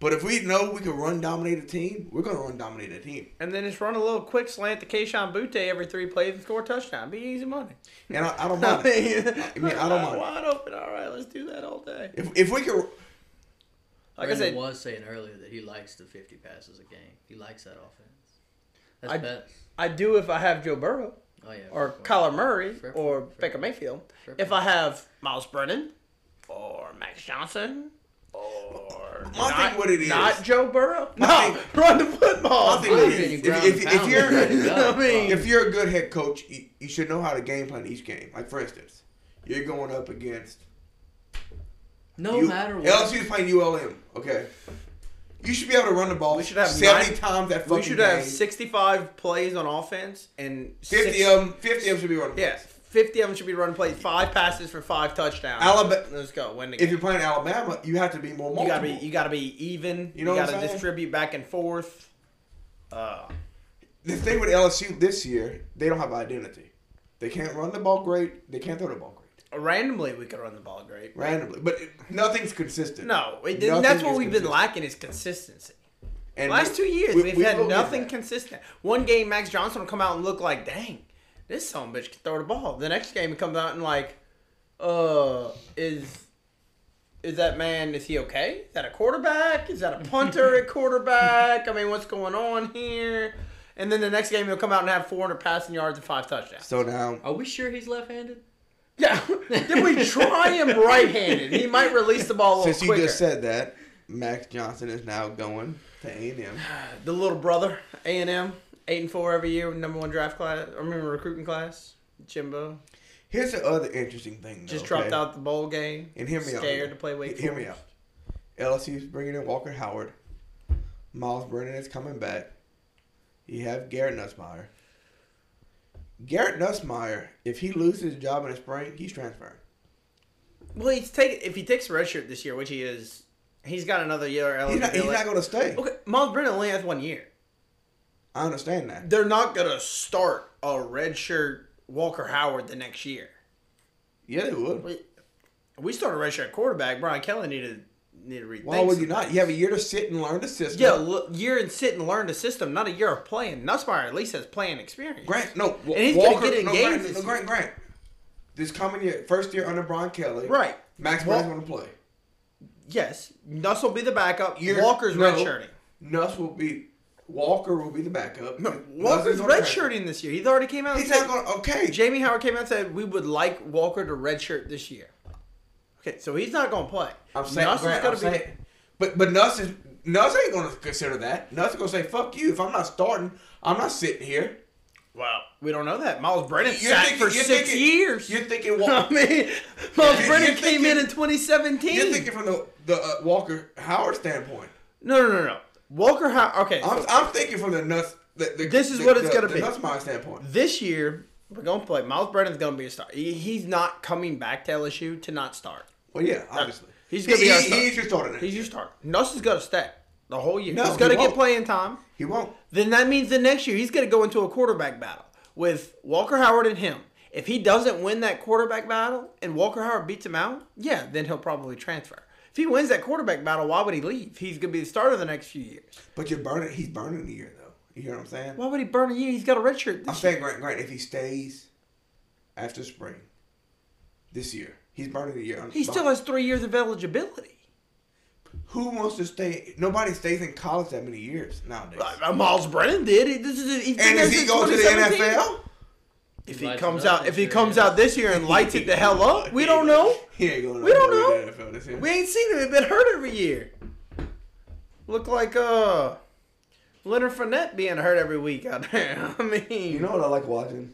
But if we know we can run dominate a team, we're gonna run dominate a team. And then just run a little quick slant to Keishawn Butte every three plays and score a touchdown. Be easy money. And <laughs> I, I <laughs> don't I mind. it. I mean, I <laughs> don't mind. Wide open. All right, let's do that all day. it. If, if we can, Like Brandon I said, was saying earlier that he likes the 50 passes a game. He likes that offense. That's I- best. I do if I have Joe Burrow Oh yeah. or for sure. Kyler Murray Fair point, or fair Baker point. Mayfield. Fair If I point. have Miles Brennan or Max Johnson or My not, thing what it is- not Joe Burrow. My No, thing- run the football. My thing I've is, been if- ground if- and if pound <laughs> you're- ready to go. <laughs> I mean- if you're a good head coach, you, you should know how to game plan each game. Like for instance, you're going up against no you- matter what, LSU's playing ULM. Okay, you should be able to run the ball. We should have seventy nine- times that fucking We should game. have 65 plays on offense and fifty six- of them. Fifty of them should be running. Yeah, 50 of them should be run plays, five passes for five touchdowns. Alabama- Let's go. Win the If game. you're playing Alabama, you have to be more. Multiple. You gotta be you gotta be even. You, know what I'm gotta saying? distribute back and forth. Uh, the thing with LSU this year, they don't have identity. They can't run the ball great. They can't throw the ball great. randomly, we could run the ball great. Randomly, but it, nothing's consistent. No, it, Nothing that's what is we've been consistent. lacking is consistency. And Last two we- years, we- we, have we will had get nothing that. consistent. One game, Max Johnson will come out and look like, dang, this son of a bitch can throw the ball. The next game, he comes out and like, uh, is is that man? Is he okay? Is that a quarterback? Is that a <laughs> punter at quarterback? I mean, what's going on here? And then the next game he'll come out and have 400 passing yards and five touchdowns. So now Oh, Are we sure he's left-handed? yeah, <laughs> did we try him right-handed? He might release the ball a little Since you quicker. just said that, Max Johnson is now going to A and M. the little brother, A and M, eight and four every year, number one draft class. I remember recruiting class. Jimbo Here's the other interesting thing. Though, just okay? dropped out the bowl game. And hear me out. scared to play Wake Hear me out. Forest. LSU's bringing in Walker Howard. Miles Brennan is coming back. You have Garrett Nussmeyer. Garrett Nussmeyer, if he loses his job in the spring, he's transferring. Well, he's take if he takes a red shirt this year, which he is, he's got another year. He's not, he's eligibility. not going to stay. Okay, Miles Brennan only has one year. I understand that. They're not gonna start a redshirt Walker Howard the next year. Yeah, they would. We we start a redshirt quarterback. Brian Kelly needed need to rethink. Why would you some- not? You have a year to sit and learn the system. Yeah, look, year and sit and learn the system, not a year of playing. Nussmeyer at least has playing experience. Grant, no. Wa- And he's gonna Walker, get in no, games Grant, this no, Grant, Grant. This coming year, first year under Brian Kelly. Right. Max Wa- Brennan's going to play. Yes, Nuss will be the backup. Year- Walker's no, redshirting. Nuss will be. Walker will be the backup. No, Nuss is Walker's gonna redshirting this year. He's already came out. transfer. and He's said- not going to. Okay. Jamie Howard came out and said we would like Walker to redshirt this year. Okay, so he's not going to play. I'm saying, Nuss is Grant, gonna I'm saying- but but Nuss is Nuss ain't gonna consider that. Nuss is gonna say, "Fuck you! If I'm not starting, I'm not sitting here." Well, we don't know that. Miles Brennan You're sat thinking- for you're six thinking- years. <laughs> You're thinking, I Walker, mean, Miles You're- Brennan you're came in thinking- in 2017. you're thinking from the the uh, Walker Howard standpoint. no, no, no, no. Walker Howard. Okay, I'm, so I'm thinking from the Nuss. The, the, This is the- what it's the- gonna the be. Nuss mind standpoint. this year we're going to play. Miles Brennan's going to be a star. He- he's not coming back to LSU to not start. Well, yeah, obviously. He's gonna be He- our he- starter. He's your starter. He's He's, your starter. Nuss is going to stay the whole year. No, he's going to he get won't. playing time. he won't. then that means the next year he's going to go into a quarterback battle with Walker Howard and him. If he doesn't win that quarterback battle and Walker Howard beats him out, yeah, then he'll probably transfer. If he wins that quarterback battle, why would he leave? He's going to be the starter the next few years. But you're burning. He's burning the year though. You hear what I'm saying? Why would he burn a year? He's got a red shirt. I'm This year. saying, Grant, Grant, if he stays after spring this year, he's burning the year. on- He still has three years of eligibility. Who wants to stay? Nobody stays in college that many years nowadays. Uh, Miles Brennan did. He- This is, he's been And there if he since goes to the 2017. NFL, If he Lights comes it up out, if he this year, comes yeah. out this <laughs> year and lights it the hell up, we don't know. he ain't going. We don't nowhere know. with the NFL this year. We ain't seen him. He's been hurt every year. Look like uh Leonard Fournette being hurt every week out there. <laughs> I mean, you know what I like watching?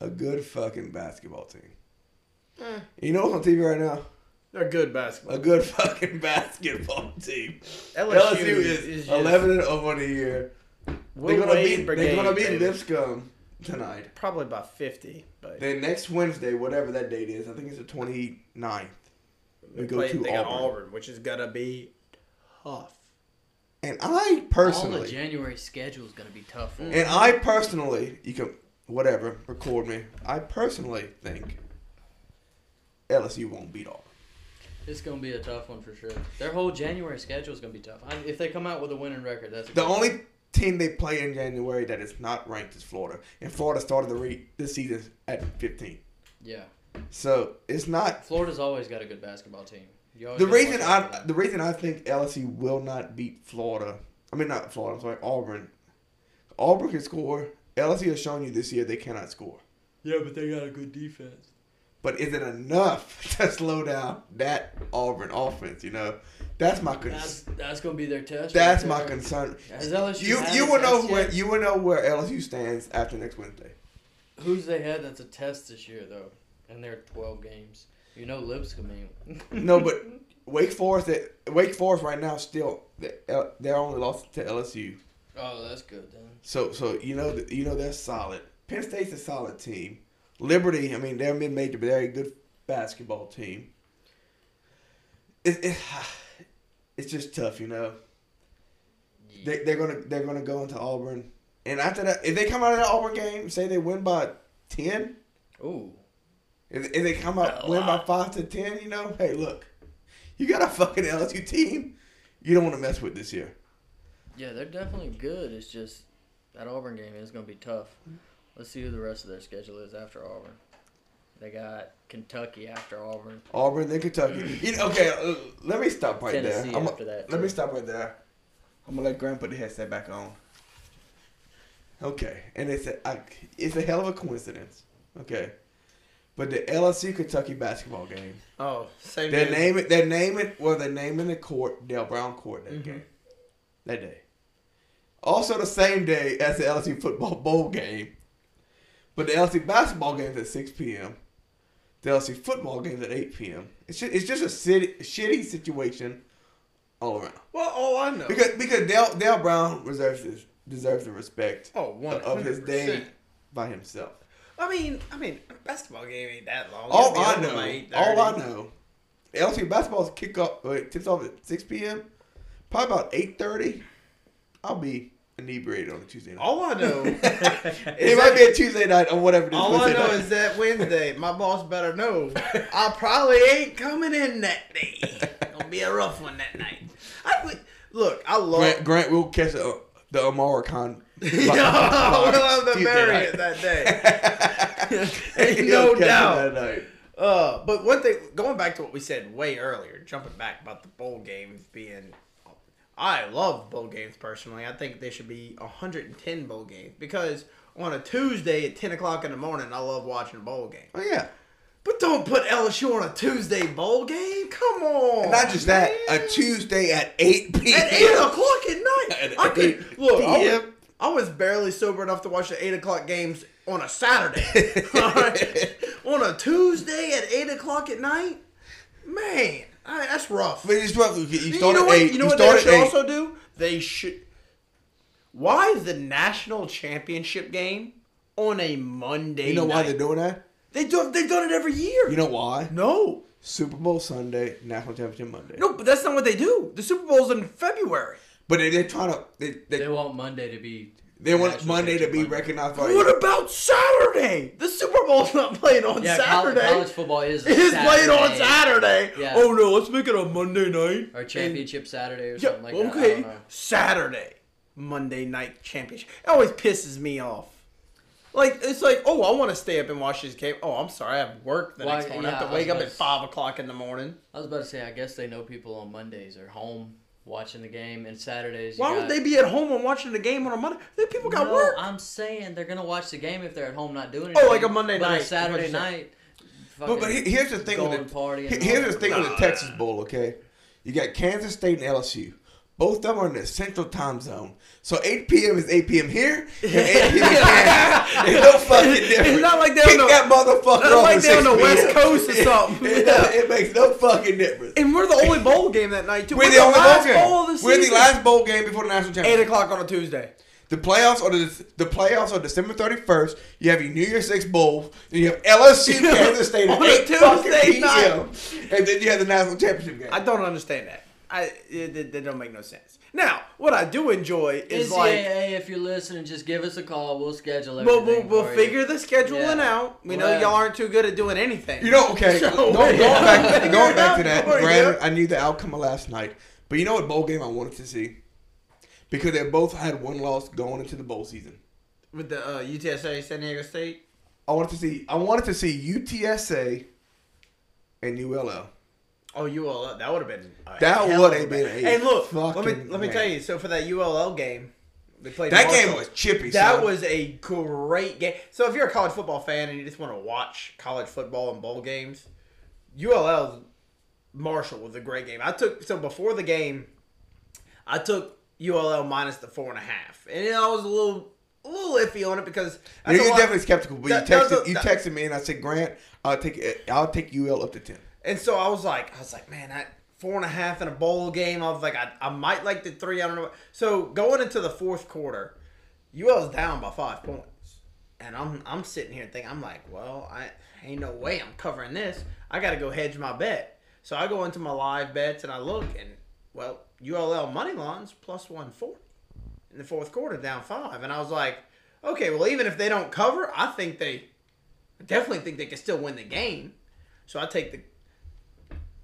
A good fucking basketball team. You know what's on TV right now? they're good basketball. A good <laughs> fucking basketball team. LSU, LSU, is, is, just, 11 and 0 on the year. Will They're gonna Wade beat. brigade, They're gonna beat baby. Lipscomb tonight. probably about fifty, but Then next Wednesday, whatever that date is, I think it's the 29th. We go play- to they got Auburn. Auburn, which is gonna be tough. And I All the personally, Mm. January schedule is gonna be tough. For him. and I personally, you can whatever record me. I personally think LSU won't beat Auburn. It's gonna be a tough one for sure. Their whole January schedule is gonna be tough. I, if they come out with a winning record, that's a The good- only team they play in January that is not ranked is Florida, and Florida started the re- this season at 15. yeah. So it's not Florida's always got a good basketball team. You always the gotta reason watch out for I them. the reason I think LSU will not beat Florida. I mean not Florida. I'm sorry, Auburn. Auburn can score. LSU has shown you this year they cannot score. yeah, but they got a good defense. But is it enough <laughs> to slow down that Auburn offense? You know, that's my That's concern. that's gonna be their test. That's, right my there. concern. Has LSU You had you a will know test where yet? you will know where LSU stands after next Wednesday. Who's they had that's a test this year though, and they're twelve games. You know Lipscomb ain't. <laughs> No, but Wake Forest Wake Forest right now still they're they're only lost to LSU. oh, that's good then. So so you know you know they're solid. Penn State's a solid team. Liberty, I mean they're mid major, but they're a good basketball team. It, <sighs> it, it's just tough, you know. They, they're gonna they're gonna go into Auburn, and after that, if they come out of that Auburn game, say they win by ten, Ooh, if, if they come out win by five to ten, you know, hey look, you got a fucking LSU team, you don't want to mess with this year. yeah, they're definitely good. It's just that Auburn game is gonna be tough. Let's see who the rest of their schedule is after Auburn. They got Kentucky after Auburn. Auburn, then <clears throat> Kentucky. You know, okay, uh, let me stop right Tennessee there. I'm after that, Let me too. stop right there. I'm gonna let Graham put the headset back on. Okay, and it's a I, it's a hell of a coincidence. Okay, but the LSU Kentucky basketball game. Oh, same They're dude. naming they're naming well they're naming the court Dale Brown Court that Mhm. game that day. Also the same day as the LSU football bowl game, but the LSU basketball game's at six p.m. The LSU football game's at eight p.m. It's just, it's just a city, shitty situation all around Well, all I know. because because Dale Dale Brown deserves his, deserves the respect oh, one of his day 100%. by himself. I mean, I mean, a basketball game ain't that long. All It'll be I over by know, 8:30. all I know, LSU basketball's kick off uh, tips off at six p.m. Probably about eight thirty. I'll be inebriated on a Tuesday night. All <laughs> I know. is it that- might be a Tuesday night or whatever. It is, All I Wednesday know night. is that Wednesday, my boss better <laughs> know. I probably ain't coming in that day. Gonna be a rough one that night. I would- look. I love. <laughs> Grant, Grant will catch the, the Amara Khan. Yeah, <laughs> I will have to Tuesday bury night. it that day. <laughs> Ain't He'll no catch it that doubt. night. Uh, but one thing, going back to what we said way earlier, jumping back about the bowl games being, I love bowl games personally. I think they should be 110 bowl games because on a Tuesday at 10 o'clock in the morning, I love watching a bowl game. Oh yeah. But don't put LSU on a Tuesday bowl game. Come on. Not just that, a Tuesday at eight p.m. At eight o'clock at night. <laughs> At I could 8 look. I was, PM. I was barely sober enough to watch the eight o'clock games on <laughs> a Saturday. <laughs> All right? on a Tuesday at eight o'clock at night, man, I, that's rough. But it's rough. You you you start know at what? eight. You know what start they at should eight. also do? They should. Why the national championship game on a Monday? You know why night? they're doing that? they do? They've done it every year. You know why? no. Super Bowl Sunday, National Championship Monday. No, but that's not what they do. The Super Bowl's in February. But they, they're trying to. They, they, They want Monday to be. they want National Monday to Championship be Monday. recognized by. What about Saturday? The Super Bowl's not playing on Yeah, col- Saturday. college football is. <laughs> it is played on Saturday. Yeah. Oh no, let's make it a Monday night. Or championship Saturday or Yeah, something like that. I okay. don't know. Saturday, Monday night championship. It always pisses me off. Like it's like, oh, I want to stay up and watch this game. Oh, I'm sorry, I have work the Why- next morning. I yeah, have I to was wake up about at to- five o'clock in the morning. I was about to say, I guess they know people on Mondays are home watching the game, and Saturdays. you Why got- would they be at home and watching the game on a Monday? They people got no, work. I'm saying they're gonna watch the game if they're at home not doing anything. Oh, like a Monday but night, a Saturday is what you're night. But, but he- here's the thing Going with the, party and he- all here's the that. thing with the Texas Bowl. Okay, you got Kansas State and LSU. Both of them are in the Central Time Zone. So 8 p.m. is 8 p.m. here and 8 p.m. in <laughs> Kansas. There's no fucking difference. It's not like they're on Kick the- that motherfucker not off like at they're 6 on the West p.m. <laughs> Coast or something. it, Yeah. it makes no fucking difference. And we're the only bowl game that night too. We're the only bowl last game. bowl of the We're the season. last bowl game before the national championship. Eight o'clock on a Tuesday. The playoffs are the, the playoffs are December thirty first. You have your New Year's Six bowl. Then you have <laughs> LSU Kansas State at On a eight fucking Tuesday p.m. And then you have the national championship game. I don't understand that. I it, it, that don't make no sense. Now, what I do enjoy is NCAA, like if you're listening, just give us a call. We'll schedule we'll everything. we'll, we'll for you. figure the scheduling Yeah. out. We know Well- y'all aren't too good at doing anything. you know, <laughs> okay. So, going, going yeah. <laughs> back, Figure going it back to out that. before you Granted, do. I knew the outcome of last night, but you know what bowl game I wanted to see because they both had one loss going into the bowl season. with the uh, UTSA San Diego State. I wanted to see. I wanted to see UTSA and ULL. Oh, ULL that would have been a That hell would of a have game. been a Hey, look, let me fucking let me man. tell you. So for that ULL game, they played That game Marshall. was chippy. That son. was a great game. So if you're a college football fan and you just want to watch college football and bowl games, ULL Marshall was a great game. I took so before the game, I took ULL minus the four and a half, and I was a little a little iffy on it because Yeah, that's a you're lot- definitely skeptical, but That- you that was texted a- you that- texted me and I said, Grant, I'll take I'll take UL up to ten. And so I was like, I was like, man, that four and a half in a bowl game. I was like, I, I might like the three. I don't know. So going into the fourth quarter, UL's down by five points, and I'm I'm sitting here thinking, I'm like, well, I ain't no way I'm covering this. I got to go hedge my bet. So I go into my live bets and I look, and well, ULL money lines plus one forty in the fourth quarter, down five, and I was like, okay, well, even if they don't cover, I think they I definitely think they can still win the game. So I take the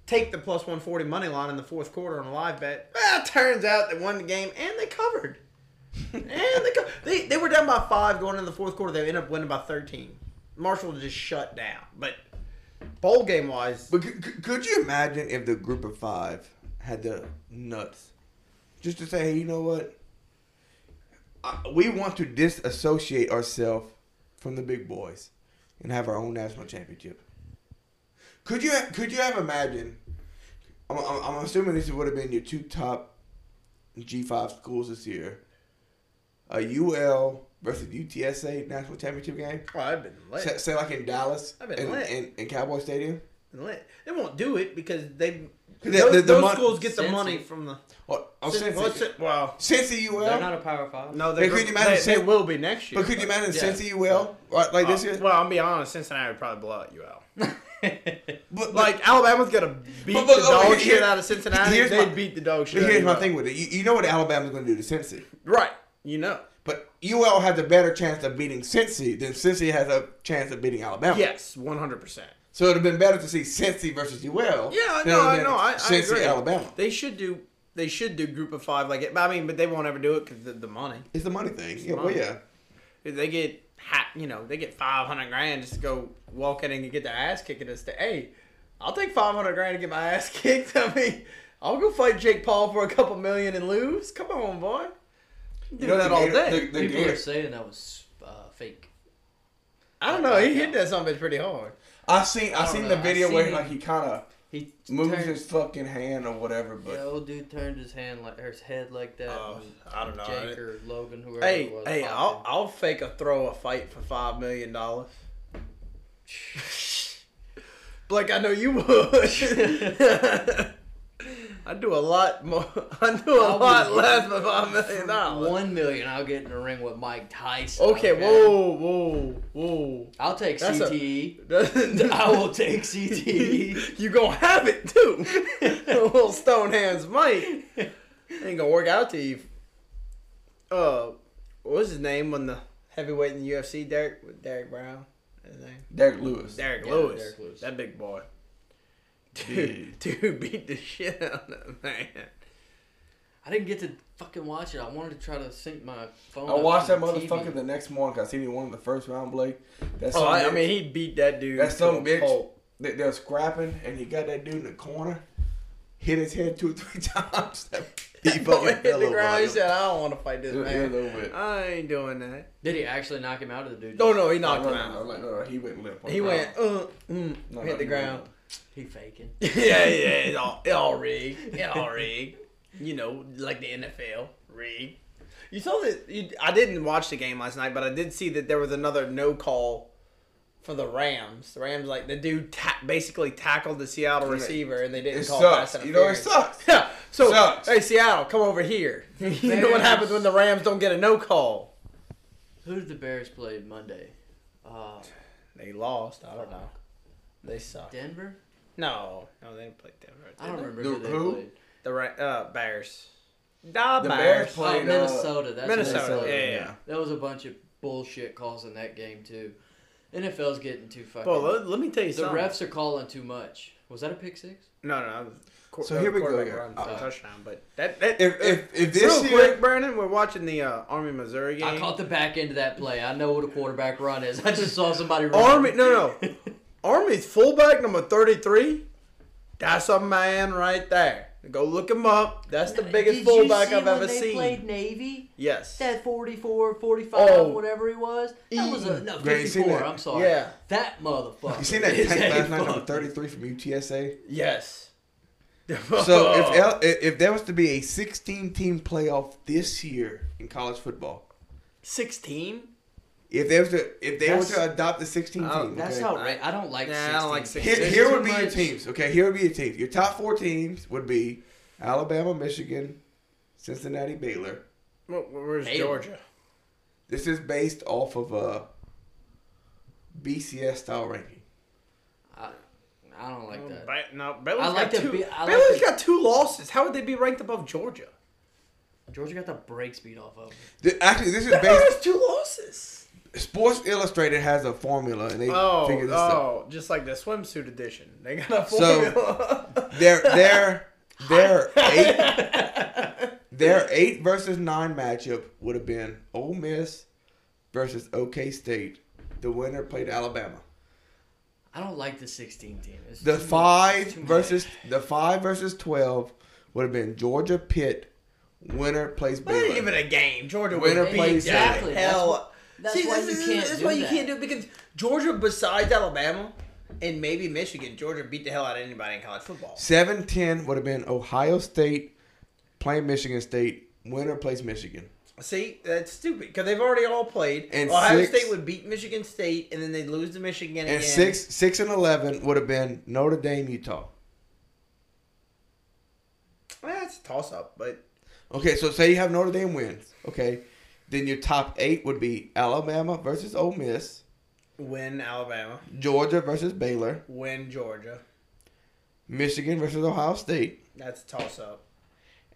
take the plus 140 money line in the fourth quarter on a live bet. Well, it turns out they won the game and they covered. and they, co- they they were down by five going into the fourth quarter. They ended up winning by 13. Marshall just shut down. But bowl game wise, But could, could- could you imagine if the group of five had the nuts just to say, hey, you know what? I, we want to disassociate ourselves from the big boys and have our own national championship. Could you could you have imagined? I'm, I'm, I'm assuming this would have been your two top G5 schools this year. A UL versus UTSA national championship game. oh, I've been lit. Say, say like in Dallas That'd been in, lit. in, in Cowboy Stadium. Been lit. They won't do it because they The- those, the- the those mon- schools get the Cincy. money from the. Or, or Cin- Cincy. well, Cin- well, Cincy UL. They're not a power five. no, Hey, they, could you they, imagine they, Cin- will be next year. But could you imagine Yeah. Cincy UL right, like this Uh, year? well, I'll be honest. Cincinnati would probably blow out <laughs> UL. But, but Like Alabama's gonna beat But- but- the dog okay, here- shit out of Cincinnati. here's They my- would beat the dog shit. here's out my of thing with it. You, you know what Alabama's going to do to Cincy, Right. You know. but UL has a better chance of beating Cincy than Cincy has a chance of beating Alabama. Yes, one hundred percent. So it'd have been better to see Cincy versus UL. than Yeah, I it know, would've I been know. I, I Cincy agree. Alabama. They should do. They should do group of five like it. but I mean, but they won't ever do it because the, the money. It's the money thing. yeah, well, money. yeah. They get ha- you know they get five hundred grand just to go walk in and get their ass kicked and say, hey, I'll take five hundred grand to get my ass <laughs> kicked. I mean, I'll go fight Jake Paul for a couple million and lose. Come on, boy. Do know, that the all Gator- day. the- the People Gator- are saying that was uh, fake. I don't know. He hit that son of a bitch pretty hard. I seen I, don't seen know. the I video seen where him. like he kind of He moves turned, his fucking hand or whatever, but the old dude turned his hand like or his head like that. Oh, and I don't know. Jake or Logan, whoever Hey, it was. hey, popped I'll him. I'll fake a throw a fight for five million dollars. <laughs> Blake, I know you would. <laughs> I do a lot more. <laughs> I do a I would- lot less for five million dollars. One million, I'll get in the ring with Mike Tyson. Okay, whoa, whoa, <laughs> whoa. I'll take E. That's a- CTE. I I <laughs> will take E. CTE. You gonna have <laughs> it too. <laughs> little stone hands Mike. Ain't gonna work out to you. Uh, what was his name when the heavyweight in the UFC? Derek Derek Brown. His name. Derek Lewis. Derek Yeah, Lewis. Derek Lewis. That big boy. Dude, dude beat the shit out of that man. I didn't get to fucking watch it. I wanted to try to sync my phone. I up watched to that the TV. motherfucker the next morning. 'cause I seen he won the first round, Blake. That's Oh, I, I mean, he beat that dude. That to a some bitch pulp. that they're scrapping, and he got that dude in the corner, hit his head two or three <laughs> times. <laughs> he That boy fucking hit fell the over. ground. He like a- said, "I don't want to fight this Yeah, man. yeah, a little bit. I ain't doing that." Did he actually knock him out of the dude? No, no, he No, knocked no, him no, no, out. like, no, no, he went limp. on He the went, ground. uh, mm, No, no, hit the he ground. <laughs> went- He faking. yeah, yeah, it all, it all rigged. It all rigged. You know, like the NFL rigged. You saw that? You, I didn't watch the game last night, but I did see that there was another no call for the Rams. The Rams, like the dude, ta- basically tackled the Seattle receiver, and they didn't It call sucks. pass You know, it interference. sucks. <laughs> Yeah. So, Sucks. hey Seattle, come over here. <laughs> you know Bears. what happens when the Rams don't get a no call? Who did the Bears play Monday? Uh, They lost. I don't know. They suck. Denver. No, no, they didn't play Denver. I don't remember Who- who they who? played. Oh, The Ra- uh, Bears. The, The Bears. Bears played oh, uh, Minnesota. That's Minnesota, Minnesota. yeah, yeah, yeah. That was a bunch of bullshit calls in that game too. NFL's getting too fucking. Well, let, let me tell you the something. refs are calling too much. Was that a pick six? No, no. I'm, So here we go quarterback here. Run for Uh, a touchdown, but that, that uh, If if if real this year, quick, Brandon, we're watching the uh, Army Missouri game. I caught the back end of that play. I know what a quarterback run is. I just saw somebody run. Army, no, <laughs> no. Army's fullback number thirty-three. That's a man right there. Go look him up. That's the biggest fullback I've ever they seen. Played Navy. Yes. That 44, 45, Oh. E. whatever he was. That was a no, Yeah, you seen 54. that? I'm sorry. Yeah. That motherfucker. you seen that is tank a last night, number fucking- thirty three from UTSA. Yes. So <laughs> if L, if if there was to be a sixteen team playoff this year in college football, sixteen, if there was to if they were That's- to adopt the sixteen team, Oh, That's okay? outrageous. I don't like. Nah, I don't like 16. Here, There's here too would be your much- teams. Okay, here would be your teams. Your top four teams would be Alabama, Michigan, Cincinnati, Baylor. Where- where's Baylor. Georgia? This is based off of a BCS style ranking. I, I don't like that. Ba- no, Baylor's I like to got two. be- I like Baylor's to- got two losses. How would they be ranked above Georgia? Georgia got the break speed off of. him. Th- Actually, this is Baylor based. <laughs> has two losses. Sports Illustrated has a formula, and they Oh, figure this out. oh, just like the swimsuit edition. They got a So- formula. <laughs> They're they're <laughs> they're eight. Their eight versus nine matchup would have been Ole Miss versus OK State The winner played Alabama. I don't like the 16 team. It's The too much- five it's too much. versus the five versus twelve would have been Georgia Pitt. Winner plays But it ain't even Baylor. a game. Georgia Winner would beat plays the Exactly. That's Hell, what- that's why you can't That's do why you that. can't do it because Georgia, besides Alabama and maybe Michigan, Georgia beat the hell out of anybody in college football. Seven ten would have been Ohio State playing Michigan State. Winner plays Michigan. See, that's stupid because they've already all played. And Ohio six- State would beat Michigan State, and then they lose to Michigan again. And six six and eleven would have been Notre Dame Utah. That's a toss up, but Okay, so say you have Notre Dame wins. Okay, then your top eight would be Alabama versus Ole Miss, win Alabama, Georgia versus Baylor, win Georgia. Michigan versus Ohio State, That's a toss up.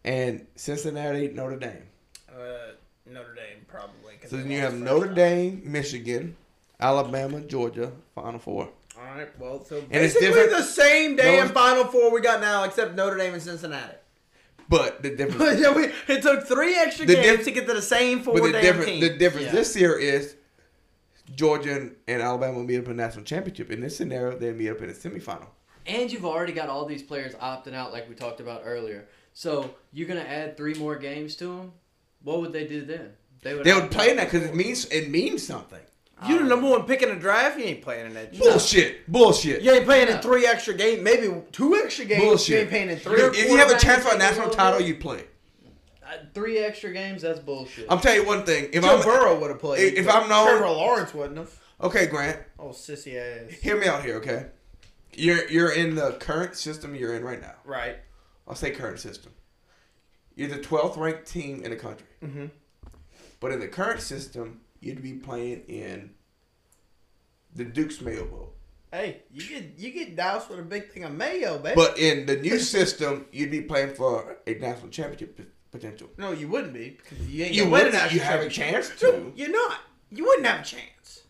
and Cincinnati Notre Dame. Uh, Notre Dame probably. 'cause So they then you lost have first Notre round. Dame, Michigan, Alabama, Georgia, Final Four. All right. Well, so it's basically different- the same No, damn it's- Final Four we got now, except Notre Dame and Cincinnati. <laughs> But the But difference, yeah, we- it took three extra The games diff- to get to the same four but the damn difference, teams. the difference Yeah. this year is Georgia and, and Alabama meet up in the national championship. In this scenario, they meet up in the semifinal. And you've already got all these players opting out, like we talked about earlier. So you're gonna add three more games to them. What would they do then? would. They opt would play in that out because it before. means it means something. you the number one pick in a draft. You ain't playing in that. draft. Bullshit, bullshit. You ain't playing in No. three extra games, maybe two extra games. Bullshit. You ain't playing in three. Or If four. you have a quarterbacks chance for a taking national over. title, you play. Uh, three extra games. That's bullshit. I'm telling you one thing. If Joe I'm Burrow would have played. if but I'm known- Trevor Lawrence wouldn't have. okay, Grant, Oh, sissy ass. hear me out here, okay? You're you're in the current system you're in right now. Right. I'll say current system. You're the 12th ranked team in the country. Mm-hmm. But in the current system, you'd be playing in the Duke's Mayo Bowl. Hey, you get you get doused with a big thing of mayo, baby. But in the <laughs> new system, you'd be playing for a national championship p- potential. no, you wouldn't be because you ain't. You gonna win wouldn't. that You have a championship. chance No, to. you're not. You wouldn't have a chance.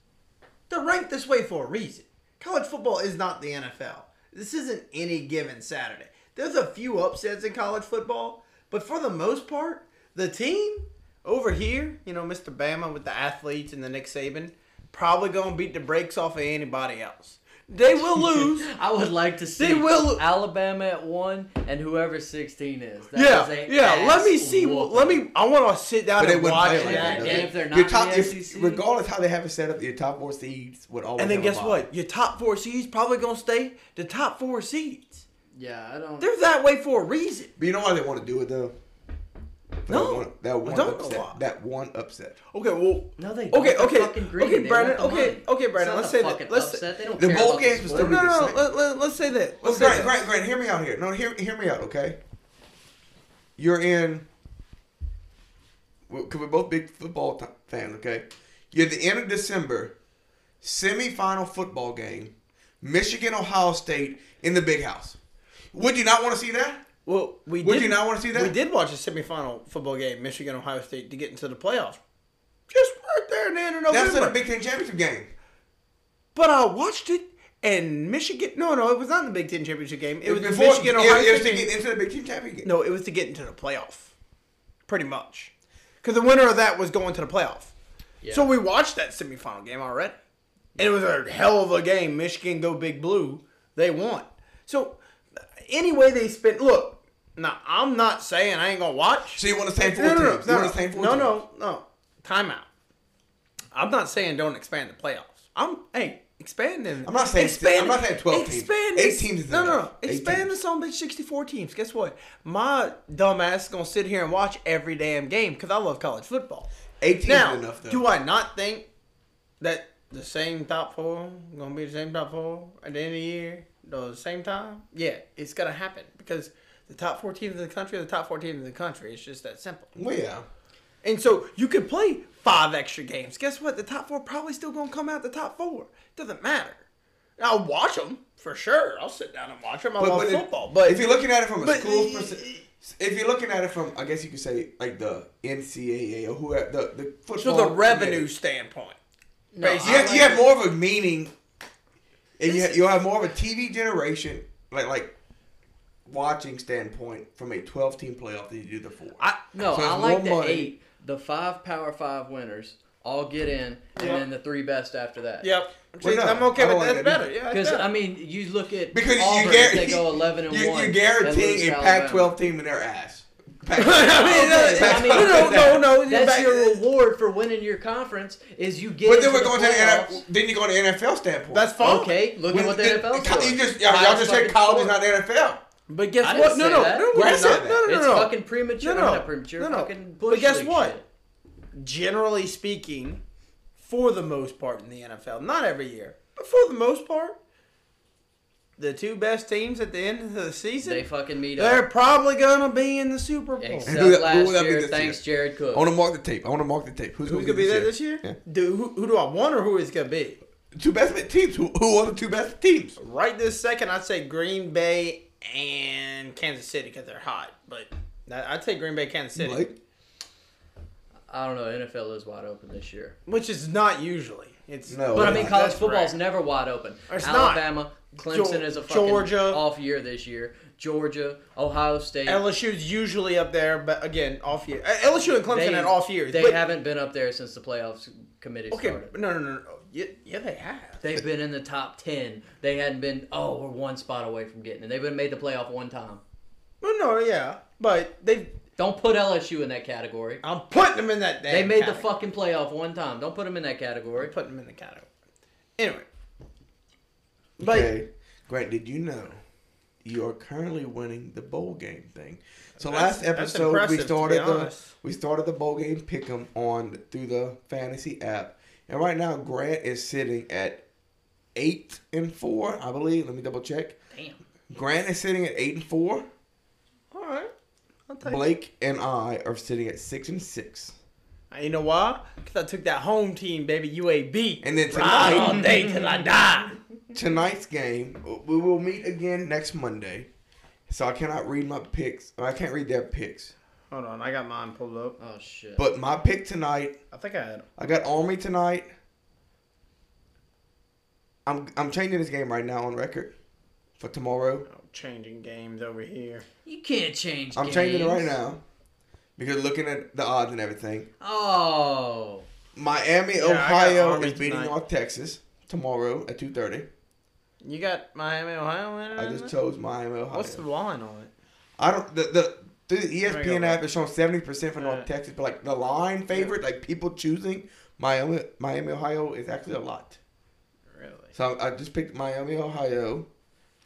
They're ranked this way for a reason. College football is not the NFL. This isn't any given Saturday. There's a few upsets in college football, but for the most part, the team over here, you know, Mr. Bama with the athletes and the Nick Saban, probably gonna beat the brakes off of anybody else. They will <laughs> lose. I would like to see will- Alabama at one and whoever 16 is. That is yeah, a yeah. Let me ass see. whooping. Let me. I want to sit down But they and wouldn't watch play like that. yeah, that. though. yeah, game. if they're your not top, in the if- SEC. regardless how they have it set up, your top four seeds would always. E And then have a guess bye. what? Your top four seeds probably gonna stay the top four seeds. Yeah, I don't. They're that way for a reason. But you know why they want to do it though. For No, that one, that one don't know why. upset. That one upset. Okay, well, No, they don't. okay, They're okay, fucking greedy. okay, They want Brandon. the Okay, money. okay, It's Brandon. not Let's the say that. fucking Let's upset. They don't The care bowl about games was sport. still- no, no. Same. Let, let, let's say that. Well, Let's say Grant, that. Grant, Grant, hear me out here. No, hear, hear me out, okay? You're in. Because we're both big football t- fans, okay? You're at the end of December, semifinal football game, Michigan, Ohio State in the big house. Would you not want to see that? Well, we Would did, you not wanna see that? We did watch a semifinal football game, Michigan Ohio State, to get into the playoffs. Just right there in the end of That's in November. a Big Ten championship game. but I watched it, and Michigan. No, no, it was not in the Big Ten championship game. It was the Before- Michigan it- Ohio it was State. to game. get into the Big Ten championship game. No, it was to get into the playoff, pretty much, because the winner of that was going to the playoff. Yeah. So we watched that semifinal game already, and it was a hell of a game. Michigan go big blue, they won. So anyway, they spent. Look, now I'm not saying I ain't gonna watch. So you want the same four No, no, no, teams? You no, want the same four no, teams? no, no. Timeout. I'm not saying don't expand the playoffs. I'm hey expanding. I'm not saying- I'm not saying 12 teams. Expand Eight this- teams is No, no, no. enough. Eight Expand teams. this on bitch 64 teams. Guess what? My dumb ass is gonna sit here and watch every damn game because I love college football. Eight teams now, is enough, though. do I not think that the same top four gonna be the same top four at the end of the year, the same time? Yeah, it's gonna happen because the top four teams in the country are the top four teams in the country. It's just that simple. Well, yeah. And so you could play five extra games. Guess what? The top four probably still gonna come out the top four. Doesn't matter. I'll watch them for sure. I'll sit down and watch them. I But- love but if- football, but if you're looking at it from a but- school perspective, if you're looking at it from, I guess you could say like the NCAA or whoever the the football. so the revenue committee. standpoint. No, I You have, you like- have more of a meaning, and you have, you'll have more of a TV generation like like watching standpoint from a 12 team playoff than you do the four. I No, So I it's like more the money. eight, the five Power Five winners all get in, and Yeah. then the three best after that. Yep. Well, no, I'm I okay don't with like that that. That's better. Yeah, Because it's better. I mean, you look at Because you Auburn, guar- if they go eleven and You, one. you're and lose guaranteeing to a Alabama. <laughs> Pac-12 team in their <laughs> ass. Pac- I mean, no, no, no. That's Back- your reward for winning your conference is you get. But then into we're the going to the playoffs. NFL. Then you go to the NFL standpoint. That's fine. Okay, look at what the Then- NFL is You doing. just y'all, y'all Highest just said fucking college is score. not the NFL. But guess I what? didn't No, say no, that. no, Where no, I no, said no, that. no, It's no. fucking premature. No, no. Not premature. No, no. Fucking But Bush guess League what? shit. Generally speaking, for the most part in the NFL, not every year, but for the most part, the two best teams at the end of the season, They fucking meet they're up. probably gonna be in the Super Bowl. Except Who that- who last would that be year, this thanks Jared Cook. I want to mark the tape. I want to mark the tape. Who's, going Who's to gonna be there this year? Dude, who, who do I want or who is gonna be? Two best teams. Who, who are the two best teams? Right this second, I'd say Green Bay and Kansas City because they're hot. But I- I'd say Green Bay, Kansas City, Blake? I don't know. NFL is wide open this year. which is not usually. It's No. But I it's mean, not. college That's football's rare. never wide open. It's not. Alabama, Clemson Geor- is a fucking Georgia. off year this year. Georgia, Ohio State. LSU's usually up there, but again, off year. Uh, LSU and Clemson they, had off years. They but- haven't been up there since the playoffs committee Okay, started. but no, no, no, no. Yeah, yeah, they have. They've been in the top ten. They hadn't been. Oh, we're one spot away from getting it. They've been made the playoff one time. Well, no, yeah, but they. Don't put LSU in that category. I'm putting them in that. damn They made the category. fucking playoff one time. Don't put them in that category. I'm putting them in the category. Anyway, but Okay. Grant, did you know you are currently winning the bowl game thing? So That's- last that's episode impressive, we to be started the honest. we started the bowl game pick'em on through the fantasy app, and right now Grant is sitting at eight and four, I believe. Let me double check. Damn. Grant is sitting at eight and four. all right, I'll take. it. Blake and I are sitting at six and six. Uh, You know why? Because I took that home team, baby, UAB. And then Ride tonight- all day till I die. tonight's game. We will meet again next Monday. So I cannot read my picks. I can't read their picks. Hold on, I got mine pulled up. Oh shit. But my pick tonight, I think I had. I got Army tonight. I'm I'm changing this game right now on record for tomorrow. Oh, changing games over here. you can't change. I'm changing it right games. now because looking at the odds and everything, Oh. Miami, I got Ohio Army is beating tonight. North Texas tomorrow at two thirty. You got Miami, Ohio in it? I just chose Miami, Ohio. Uh-huh. What's the line on it? I don't the the. The E me go ESPN back. app is showing seventy percent for North Uh, Texas, but like the line favorite, like people choosing Miami, Miami, Ohio is actually a lot. Really? So I I just picked Miami, Ohio.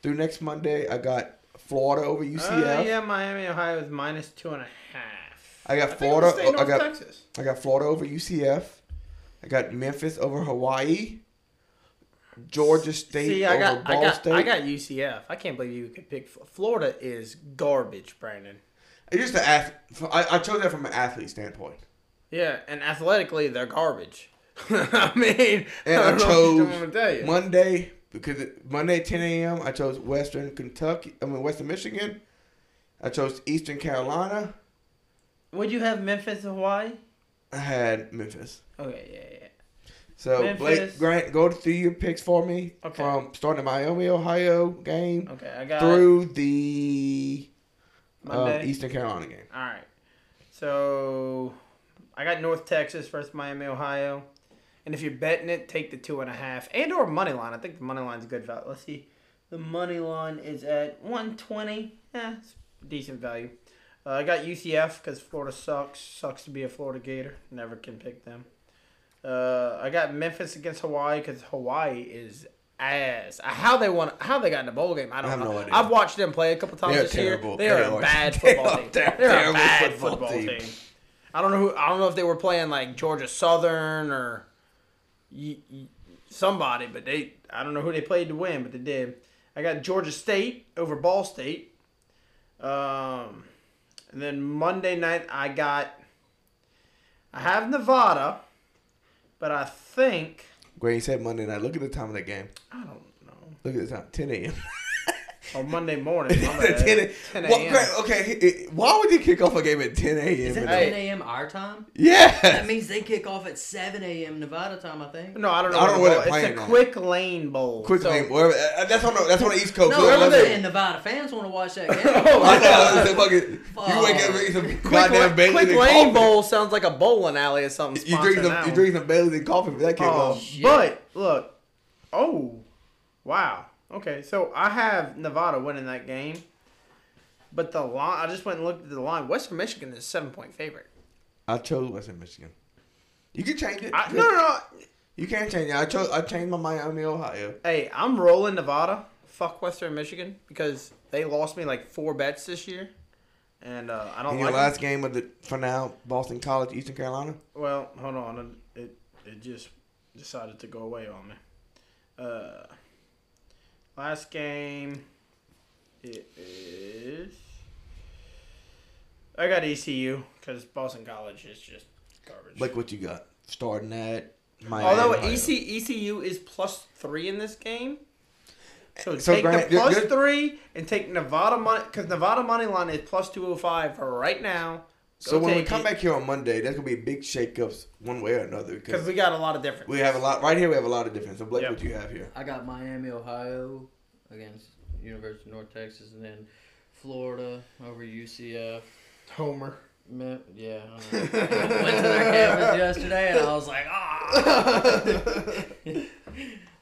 Through next Monday, I got Florida over UCF. Uh, yeah, Miami, Ohio is minus two and a half. I got think Florida- I'm gonna stay I got- Texas. I got Florida over UCF. I got Memphis over Hawaii. Georgia State See, over I got, I Ball got, State. I got UCF. I can't believe you could pick Fl- Florida. Is garbage, Brandon. It's just an ath- I, I chose that from an athlete standpoint. Yeah, and athletically they're garbage. <laughs> I mean, And <laughs> I I, don't know what you want me to tell chose you. Monday because it, Monday at 10 a.m. I chose Western Kentucky. I mean Western Michigan. I chose Eastern Carolina. Would you have Memphis, Hawaii? I had Memphis. Okay, yeah, yeah. So Memphis. Blake Grant, go through your picks for me Okay. from starting the Miami Ohio game Okay, I got through the um, Monday. Eastern Carolina game. All right. So I got North Texas versus Miami, Ohio. And if you're betting it, take the two and a half and or money line. I think the money line's a good value. Let's see. The money line is at 120. Yeah, it's decent value. Uh, I got UCF because Florida sucks. Sucks to be a Florida Gator. Never can pick them. Uh, I got Memphis against Hawaii because Hawaii is ass. How they won? How they got in the bowl game? I don't I have know. no idea. I've watched them play a couple times They're this year. terrible. They are They a are- <laughs> bad they football are team. ter- They're a terrible bad football football team. team. I don't know who. I don't know if they were playing like Georgia Southern or y- y- somebody, but they. I don't know who they played to win, but they did. I got Georgia State over Ball State. Um, and then Monday night I got. I have Nevada, but I think Grant you said Monday night. Look at the time of that game. I don't know. Look at the time. 10 a.m. or oh, Monday <laughs> morning. my bad. 10, 10 Well, a.m. great, okay, it- it- why would you kick off a game at 10 Is a.m.? it in 10 the- Hey. a.m. our time? That Yes. means they kick off at 7 a.m. Nevada time, I think. No, I don't know. I don't what know the what ball- they're It's a playing quick lane bowl. Quick So- name, whatever. uh, That's on the, that's on the East Coast. No, so I'm that's- saying Nevada fans want to <laughs> watch that game. I know. It's a fucking, you Fuck. wake up, drink some Quick, goddamn la- Bailey's quick and lane coffee. bowl sounds like a bowling alley or something. You drink sponsoring some, that you one. drink some Bailey's and coffee, but that can't Oh, go. but look, oh, wow. Okay, so I have Nevada winning that game, but the line. I just went and looked at the line. Western Michigan is a seven point favorite. I chose Western Michigan. You can change it. I, no, no, no. You can change it. I chose. I changed my Miami, Ohio. Hey, I'm rolling Nevada. Fuck Western Michigan because they lost me like four bets this year, and uh, I don't In your like. last game of the for now, Boston College, Eastern Carolina. them. Well, hold on. It it just decided to go away on me. Uh, last game. It is. I got E ECU because Boston College is just garbage. Look what you got. Starting at Miami. Although Ohio. E EC, ECU is plus three in this game, so, So, take Grant, the you're- plus you're- three and take Nevada money because Nevada money line is plus two hundred five for right now. So when we come e- back here on Monday, there's gonna be big shakeups one way or another because because we got a lot of different. we have a lot right here. We have a lot of difference. So Blake, Yep. what you have here? I got Miami, Ohio against University of North Texas, and then Florida over UCF. Homer. Me- Yeah, I know. I went to their campus yesterday, and I was like, ah.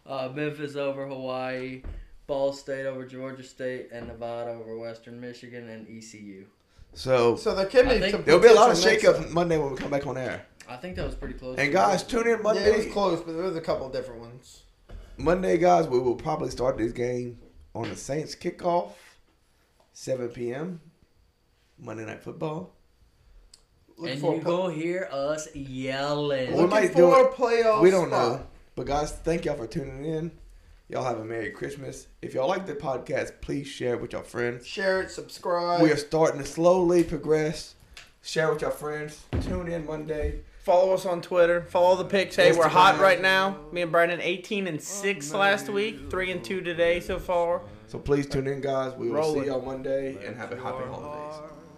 uh, Memphis over Hawaii, Ball State over Georgia State, and Nevada over Western Michigan and E ECU. So So there could I be think- some there'll be a lot of potential mix-up. shakeups Monday when we come back on air. I think that was pretty close. And guys, tune in Yeah, it was Monday. close, but there was a couple of different ones. Monday, guys, we will probably start this game on the Saints kickoff, 7 p.m. Monday Night Football. Looking and for a you pl- go hear us yelling. We looking might do for it. a playoff. we don't spot. know. But guys, thank y'all for tuning in. Y'all have a Merry Christmas. If y'all like the podcast, please share it with your friends. Share it, subscribe, We are starting to slowly progress. Share with your friends. Tune in Monday. follow us on Twitter. Follow the picks. Hey, we're Instagram. hot right now. Me and Brandon, eighteen and six last week, three and two today so far. So please tune in, guys. We will Roll it. see y'all Monday and have a happy holidays. heart.